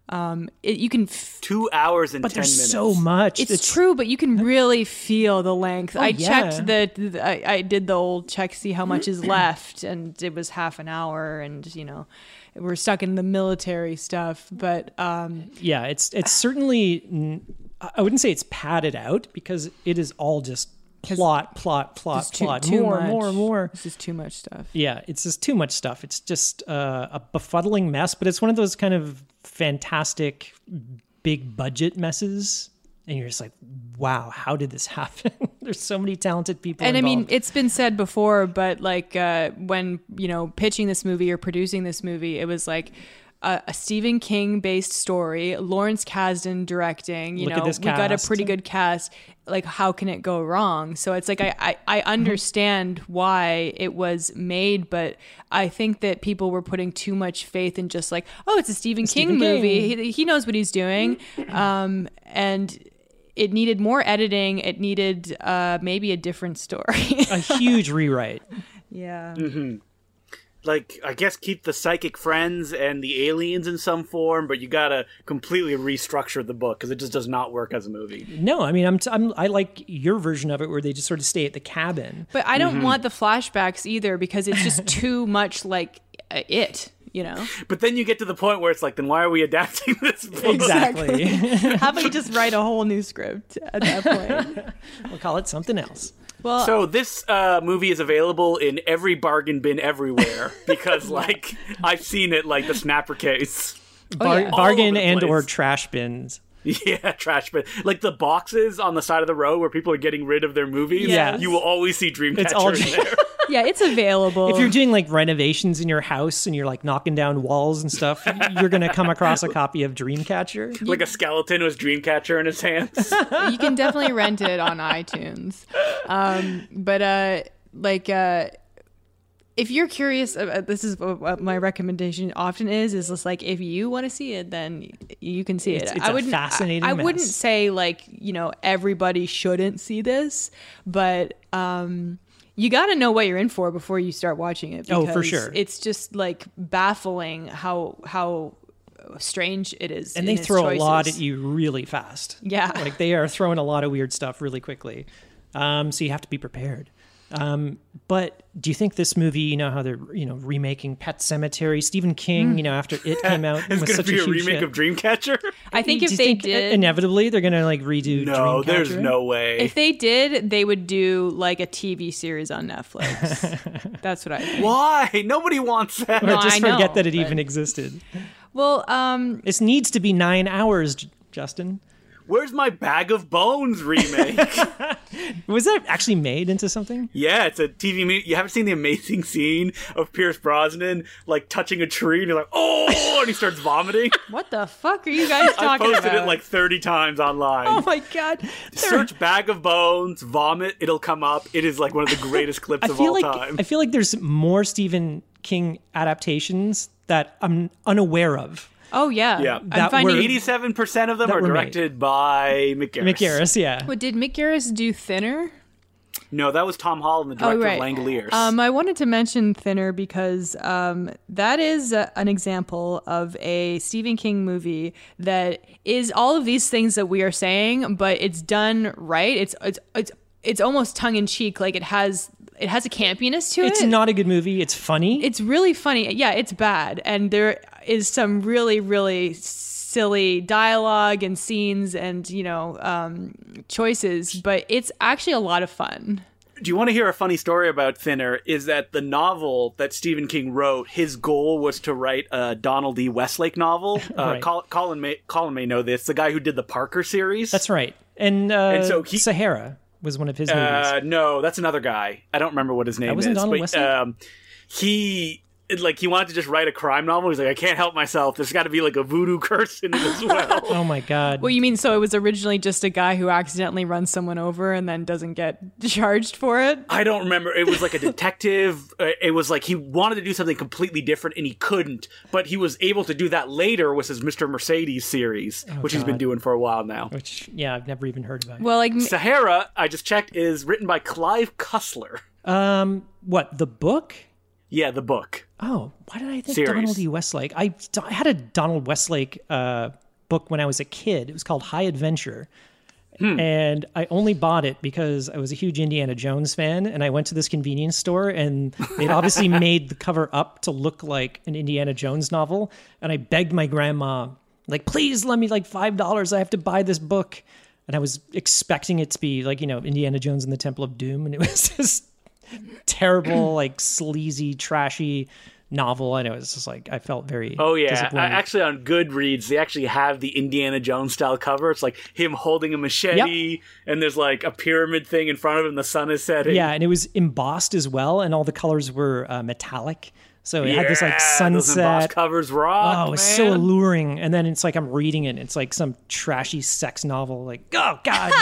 Speaker 1: Um, it, you can f-
Speaker 2: Two hours and
Speaker 3: but
Speaker 2: ten
Speaker 3: there's
Speaker 2: minutes.
Speaker 3: so much.
Speaker 1: It's, true, but you can really feel the length. I checked
Speaker 3: yeah.
Speaker 1: the, the- I, I did the old check, see how much is left, and it was half an hour, and you know, we're stuck in the military stuff. But um,
Speaker 3: Yeah, it's it's certainly. n- I I wouldn't say it's padded out because it is all just plot, plot, plot,
Speaker 1: it's too,
Speaker 3: plot,
Speaker 1: too
Speaker 3: more,
Speaker 1: much.
Speaker 3: more, more.
Speaker 1: This is too much stuff.
Speaker 3: Yeah, it's just too much stuff. It's just uh, a befuddling mess. But it's one of those kind of fantastic, big budget messes, and you're just like, wow, how did this happen? there's so many talented people.
Speaker 1: And I mean,
Speaker 3: involved.
Speaker 1: it's been said before, but like uh, when you know pitching this movie or producing this movie, it was like a, a Stephen King based story, Lawrence Kasdan directing. You
Speaker 3: Look at
Speaker 1: know,
Speaker 3: this
Speaker 1: we got a
Speaker 3: cast.
Speaker 1: pretty good cast. Like, how can it go wrong? So it's like I, I I
Speaker 3: Mm-hmm.
Speaker 1: understand why it was made, but I think that people were putting too much faith in just like, oh, it's a Stephen King
Speaker 3: Stephen King. Mm-hmm.
Speaker 1: movie. He, he knows what he's doing. Um, and it needed more editing. It needed uh, maybe a different story.
Speaker 3: a huge rewrite.
Speaker 1: yeah.
Speaker 3: Mm.
Speaker 2: like, I guess keep the psychic friends and the aliens in some form, but you gotta completely restructure the book because it just does not work as a movie.
Speaker 3: No, I mean, I'm, t- I'm I like your version of it where they just sort of stay at the cabin.
Speaker 1: But I
Speaker 3: Mm-hmm.
Speaker 1: don't want the flashbacks either because it's just too much like uh, it, you know?
Speaker 2: But then you get to the point where it's like, then why are we adapting this book?
Speaker 3: Exactly.
Speaker 1: How about you just write a whole new script at that point?
Speaker 3: We'll call it something else.
Speaker 2: Oh,
Speaker 1: Well,
Speaker 2: So this uh, movie is available in every bargain bin everywhere because, like, I've seen it like the snapper case.
Speaker 3: Bar-
Speaker 1: yeah.
Speaker 2: All over
Speaker 3: Bargain
Speaker 2: the
Speaker 3: and
Speaker 2: place.
Speaker 3: or trash bins.
Speaker 2: Yeah, trash bin. Like the boxes on the side of the road where people are getting rid of their movies.
Speaker 3: Yes.
Speaker 2: You will always see
Speaker 3: It's all
Speaker 2: Dreamcatcher in
Speaker 3: Dream-
Speaker 2: there.
Speaker 1: yeah, it's available.
Speaker 3: If you're doing like renovations in your house and you're like knocking down walls and stuff, you're gonna come across a copy of Dreamcatcher.
Speaker 2: like a skeleton with Dreamcatcher in his hands.
Speaker 1: you can definitely rent it on iTunes. Um, but uh, like uh, if you're curious, uh, uh, this is what what my recommendation often is: is just like if you want to see it, then y- you can see
Speaker 3: It's-
Speaker 1: it.
Speaker 3: it's
Speaker 1: I
Speaker 3: a
Speaker 1: wouldn't. I-
Speaker 3: fascinating
Speaker 1: I, wouldn't
Speaker 3: mess.
Speaker 1: say like you know everybody shouldn't see this, but um, you got to know what you're in for before you start watching it.
Speaker 3: Oh, for
Speaker 1: because
Speaker 3: sure.
Speaker 1: It's just like baffling how how strange it is,
Speaker 3: and
Speaker 1: in
Speaker 3: they
Speaker 1: its
Speaker 3: throw a lot
Speaker 1: choices.
Speaker 3: at you really fast.
Speaker 1: Yeah.
Speaker 3: like they are throwing a lot of weird stuff really quickly. Um, so you have to be prepared. Um, but do you think this movie, you know how they're you know remaking Pet Cemetery, Stephen King, you know after it came out,
Speaker 2: Hmm. It's going
Speaker 3: was
Speaker 2: to
Speaker 3: such
Speaker 2: be a,
Speaker 3: huge
Speaker 2: remake
Speaker 3: hit.
Speaker 2: of Dreamcatcher?
Speaker 1: I think
Speaker 3: Do
Speaker 1: if
Speaker 3: you
Speaker 1: they
Speaker 3: think uh,
Speaker 1: did,
Speaker 3: inevitably they're going to like redo.
Speaker 2: No, there's
Speaker 3: Dreamcatcher?
Speaker 2: no way.
Speaker 1: if they did, they would do like a TV series on Netflix. That's what I think.
Speaker 2: Why? Nobody wants that.
Speaker 3: Or
Speaker 1: No,
Speaker 3: just
Speaker 1: I
Speaker 3: forget
Speaker 1: know,
Speaker 3: that
Speaker 1: but-
Speaker 3: it even existed.
Speaker 1: Well, um,
Speaker 3: This needs to be nine hours, J- Justin.
Speaker 2: Where's my Bag of Bones remake?
Speaker 3: Was that actually made into something?
Speaker 2: yeah, it's a TV movie. You haven't seen the amazing scene of Pierce Brosnan like touching a tree and you're like, oh, and he starts vomiting.
Speaker 1: what the fuck are you guys
Speaker 2: I
Speaker 1: talking
Speaker 2: posted
Speaker 1: about?
Speaker 2: it like 30 times online.
Speaker 3: Oh my god! They're-
Speaker 2: Search Bag of Bones, vomit, it'll come up. It is like one of the greatest clips
Speaker 3: I
Speaker 2: of
Speaker 3: feel
Speaker 2: all
Speaker 3: like
Speaker 2: time.
Speaker 3: I feel like there's more Stephen King adaptations that I'm unaware of.
Speaker 1: oh yeah,
Speaker 2: Yeah.
Speaker 1: I'm
Speaker 3: That
Speaker 1: finding.
Speaker 3: word-
Speaker 2: 87% of them
Speaker 3: that
Speaker 2: are
Speaker 3: were made.
Speaker 2: directed by Mick Garris.
Speaker 3: Mick Garris, yeah.
Speaker 1: What did Mick Garris do? Thinner.
Speaker 2: No, that was Tom Holland, the director
Speaker 1: oh right.
Speaker 2: of Langoliers.
Speaker 1: Um, I wanted to mention Thinner because um, that is uh an example of a Stephen King movie that is all of these things that we are saying, but it's done right. It's it's it's it's almost tongue in cheek. Like it has it has a campiness to it.
Speaker 3: It's not a good movie. It's funny.
Speaker 1: it's really funny. Yeah, it's bad, and there is some really, really silly dialogue and scenes and you know um, choices, but it's actually a lot of fun.
Speaker 2: Do you want to hear a funny story about Thinner? Is that the novel that Stephen King wrote? His goal was to write a Donald E. Westlake novel. Uh,
Speaker 3: Right.
Speaker 2: Col- Colin may Colin may know this. The guy who did the Parker series.
Speaker 3: That's right. And, uh,
Speaker 2: And so he-
Speaker 3: Sahara was one of his movies.
Speaker 2: Uh, no, that's another guy. I don't remember what his name
Speaker 3: wasn't
Speaker 2: is.
Speaker 3: Donald
Speaker 2: but,
Speaker 3: Westlake?
Speaker 2: Um, he it- like he wanted to just write a crime novel. He's like, I can't help myself. There's got to be like a voodoo curse in it as well.
Speaker 3: oh my god.
Speaker 1: Well, you mean so it was originally just a guy who accidentally runs someone over and then doesn't get charged for it?
Speaker 2: I don't remember. It was like a detective. Uh, it was like he wanted to do something completely different and he couldn't, but he was able to do that later with his Mr. Mercedes series, which he's been
Speaker 3: Oh, God.
Speaker 2: doing for a while now.
Speaker 3: Which yeah, I've never even heard about.
Speaker 1: Well, like m-
Speaker 2: Sahara, I just checked, is written by Clive Cussler.
Speaker 3: um, what the book?
Speaker 2: Yeah, the book.
Speaker 3: Oh, why did I think
Speaker 2: Series.
Speaker 3: Donald E. Westlake? I, I had a Donald Westlake uh, book when I was a kid. It was called High Adventure.
Speaker 2: Hmm.
Speaker 3: And I only bought it because I was a huge Indiana Jones fan, and I went to this convenience store, and they'd obviously made the cover up to look like an Indiana Jones novel. And I begged my grandma, like, please let me like five dollars. I have to buy this book. And I was expecting it to be like you know Indiana Jones and the Temple of Doom, and it was just terrible, like sleazy, trashy novel, and it was just like I felt very.
Speaker 2: Oh yeah, I,
Speaker 3: disappointed.
Speaker 2: actually on Goodreads they actually have the Indiana Jones style cover. It's like him holding a machete, and there's like a pyramid thing in front of him. The sun is setting.
Speaker 3: yeah, and it was embossed as well, and all the colors were uh, metallic, so it had this like
Speaker 2: Yeah, those embossed
Speaker 3: sunset.
Speaker 2: covers rock.
Speaker 3: Oh, it was
Speaker 2: man.
Speaker 3: so alluring, and then it's like I'm reading it. and It's like some trashy sex novel. Like, oh god,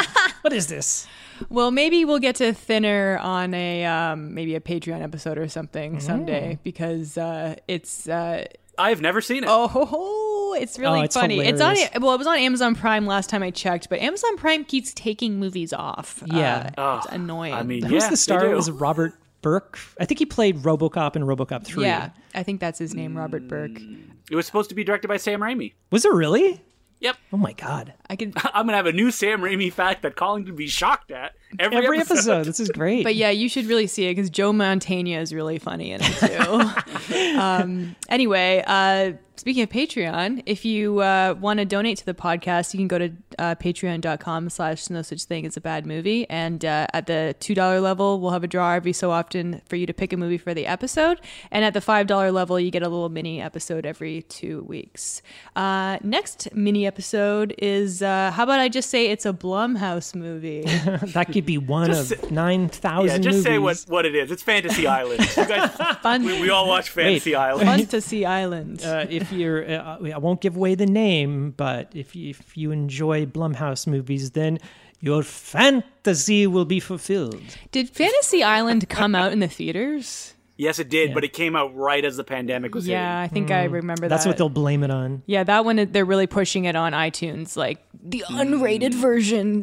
Speaker 3: what is this?
Speaker 1: well, maybe we'll get to thinner on a um, maybe a Patreon episode or something someday because uh, it's uh,
Speaker 2: I've never seen it.
Speaker 1: Oh, ho, ho. it's really
Speaker 3: Oh, it's
Speaker 1: funny. It's on
Speaker 3: hilarious.
Speaker 1: well, it was on Amazon Prime last time I checked, but Amazon Prime keeps taking movies off.
Speaker 3: Yeah.
Speaker 1: Uh, it's annoying.
Speaker 2: Ah, I mean,
Speaker 3: Who's
Speaker 2: yeah,
Speaker 3: the star?
Speaker 2: they
Speaker 3: It
Speaker 2: do.
Speaker 3: was Robert Burke. I think he played RoboCop in RoboCop Three.
Speaker 1: yeah, I think that's his name, Robert Burke.
Speaker 3: Mm.
Speaker 2: It was supposed to be directed by Sam Raimi.
Speaker 3: Was it really?
Speaker 2: Yep.
Speaker 3: Oh my god.
Speaker 1: I could,
Speaker 2: I'm gonna have a new Sam Raimi fact that Colin would be shocked at every,
Speaker 3: Every episode. This is great.
Speaker 1: but yeah, you should really see it because Joe Montana is really funny in it too. um, anyway, uh, speaking of Patreon, if you uh, want to donate to the podcast, you can go to uh, Patreon.com/slash No Such Thing as a Bad Movie, and uh, at the two dollar level, we'll have a draw every so often for you to pick a movie for the episode, and at the five dollar level, you get a little mini episode every two weeks. Uh, next mini episode is uh, how about I just say it's a Blumhouse movie.
Speaker 3: that could be one of nine
Speaker 2: Yeah,
Speaker 3: thousand.
Speaker 2: just say what,
Speaker 3: movies.
Speaker 2: what it is. It's Fantasy Island. You guys,
Speaker 1: Fun.
Speaker 2: we all watch Fantasy
Speaker 3: Wait.
Speaker 2: Island.
Speaker 1: Fantasy Island.
Speaker 3: uh, if you're, uh, I won't give away the name, but if you, if you enjoy Blumhouse movies, then your fantasy will be fulfilled.
Speaker 1: Did Fantasy Island come out in the theaters?
Speaker 2: Yes, it did, but it came out right as the pandemic was hitting.
Speaker 1: Yeah, I think I remember
Speaker 3: That's
Speaker 1: that.
Speaker 3: what they'll blame it on.
Speaker 1: yeah, that one they're really pushing it on iTunes, like the unrated version. Ugh.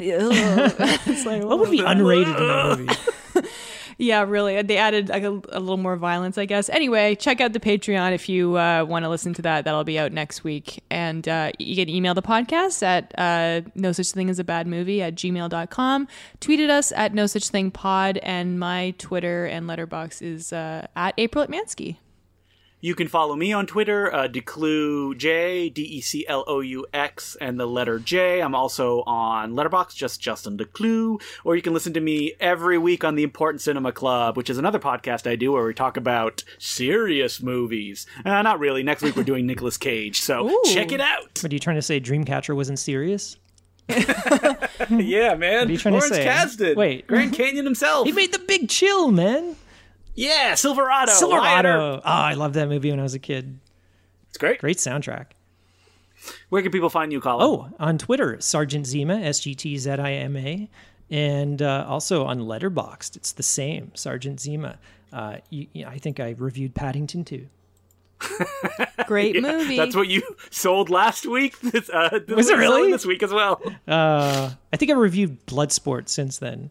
Speaker 1: it's like,
Speaker 3: What would be unrated in that movie?
Speaker 1: Yeah, really. They added like a, a little more violence, I guess. Anyway, check out the Patreon if you uh, want to listen to that. That'll be out next week. And uh, you can email the podcast at uh, no such thing as a bad movie at gmail.com. Tweet at us at no such thing pod. And my Twitter and letterbox is uh, at April at Mansky.
Speaker 2: You can follow me on Twitter, uh, Declue J, D E C L O U X, and the letter J. I'm also on Letterbox, just Justin Declue. Or you can listen to me every week on the Important Cinema Club, which is another podcast I do where we talk about serious movies. Uh, not really. Next week we're doing Nicolas Cage, so
Speaker 1: Ooh.
Speaker 2: check it out.
Speaker 3: What are you trying to say? Dreamcatcher wasn't serious?
Speaker 2: yeah, man. What
Speaker 3: you trying to
Speaker 2: Lawrence
Speaker 3: say?
Speaker 2: Kasdan.
Speaker 3: Wait.
Speaker 2: Grand Canyon himself.
Speaker 3: He made the big chill, man.
Speaker 2: yeah, Silverado. Lion Earth.
Speaker 3: Silverado. Oh, I loved that movie when I was a kid.
Speaker 2: It's great.
Speaker 3: Great soundtrack.
Speaker 2: Where can people find you, Colin?
Speaker 3: Oh, on Twitter, Sergeant Zima, S G T Z I M A, and uh, also on Letterboxd, it's the same, Sergeant Zima. Uh, you, you- I think I reviewed Paddington too.
Speaker 1: Great movie.
Speaker 2: That's what you sold last week. This, uh,
Speaker 3: Was it
Speaker 2: we're selling
Speaker 3: really?
Speaker 2: this week as well?
Speaker 3: Uh, I think I reviewed Bloodsport since then.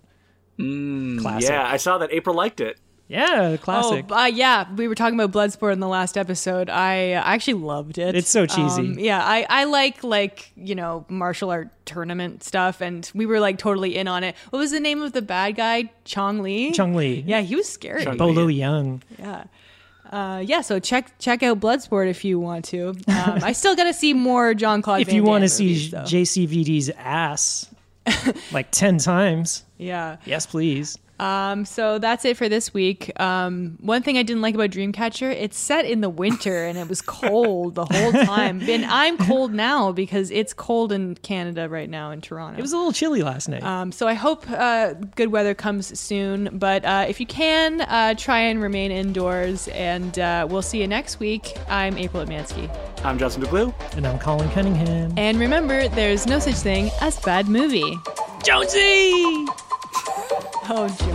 Speaker 3: classic.
Speaker 2: Yeah, I saw that. April liked it.
Speaker 3: Yeah,
Speaker 1: Oh,
Speaker 3: classic.
Speaker 1: uh, yeah. We were talking about Bloodsport in the last episode. I, I actually loved it. Um,
Speaker 3: It's so cheesy.
Speaker 1: yeah, I, I like like you know martial art tournament stuff, and we were like totally in on it. What was the name of the bad guy? Chong Li.
Speaker 3: Chung Lee.
Speaker 1: Yeah, he was scary.
Speaker 2: Chong-
Speaker 3: Bolo Young.
Speaker 1: Yeah. Uh, yeah, so check check out Bloodsport if you want to. Um, I still gotta see more John Claude.
Speaker 3: If you want to see JCVD's ass like 10 times,
Speaker 1: yeah.
Speaker 3: yes, please.
Speaker 1: Um, so that's it for this week. Um, one thing I didn't like about Dreamcatcher, it's set in the winter and it was cold the whole time. And I'm cold now because it's cold in Canada right now in Toronto.
Speaker 3: It was a little chilly last night.
Speaker 1: Um, so I hope uh, good weather comes soon. But uh, if you can, uh, try and remain indoors. And uh, we'll see you next week. I'm April Atmansky.
Speaker 2: I'm Justin DeGlue.
Speaker 3: and I'm Colin Cunningham.
Speaker 1: And remember, there's no such thing as bad movie. Jonesy! Oh,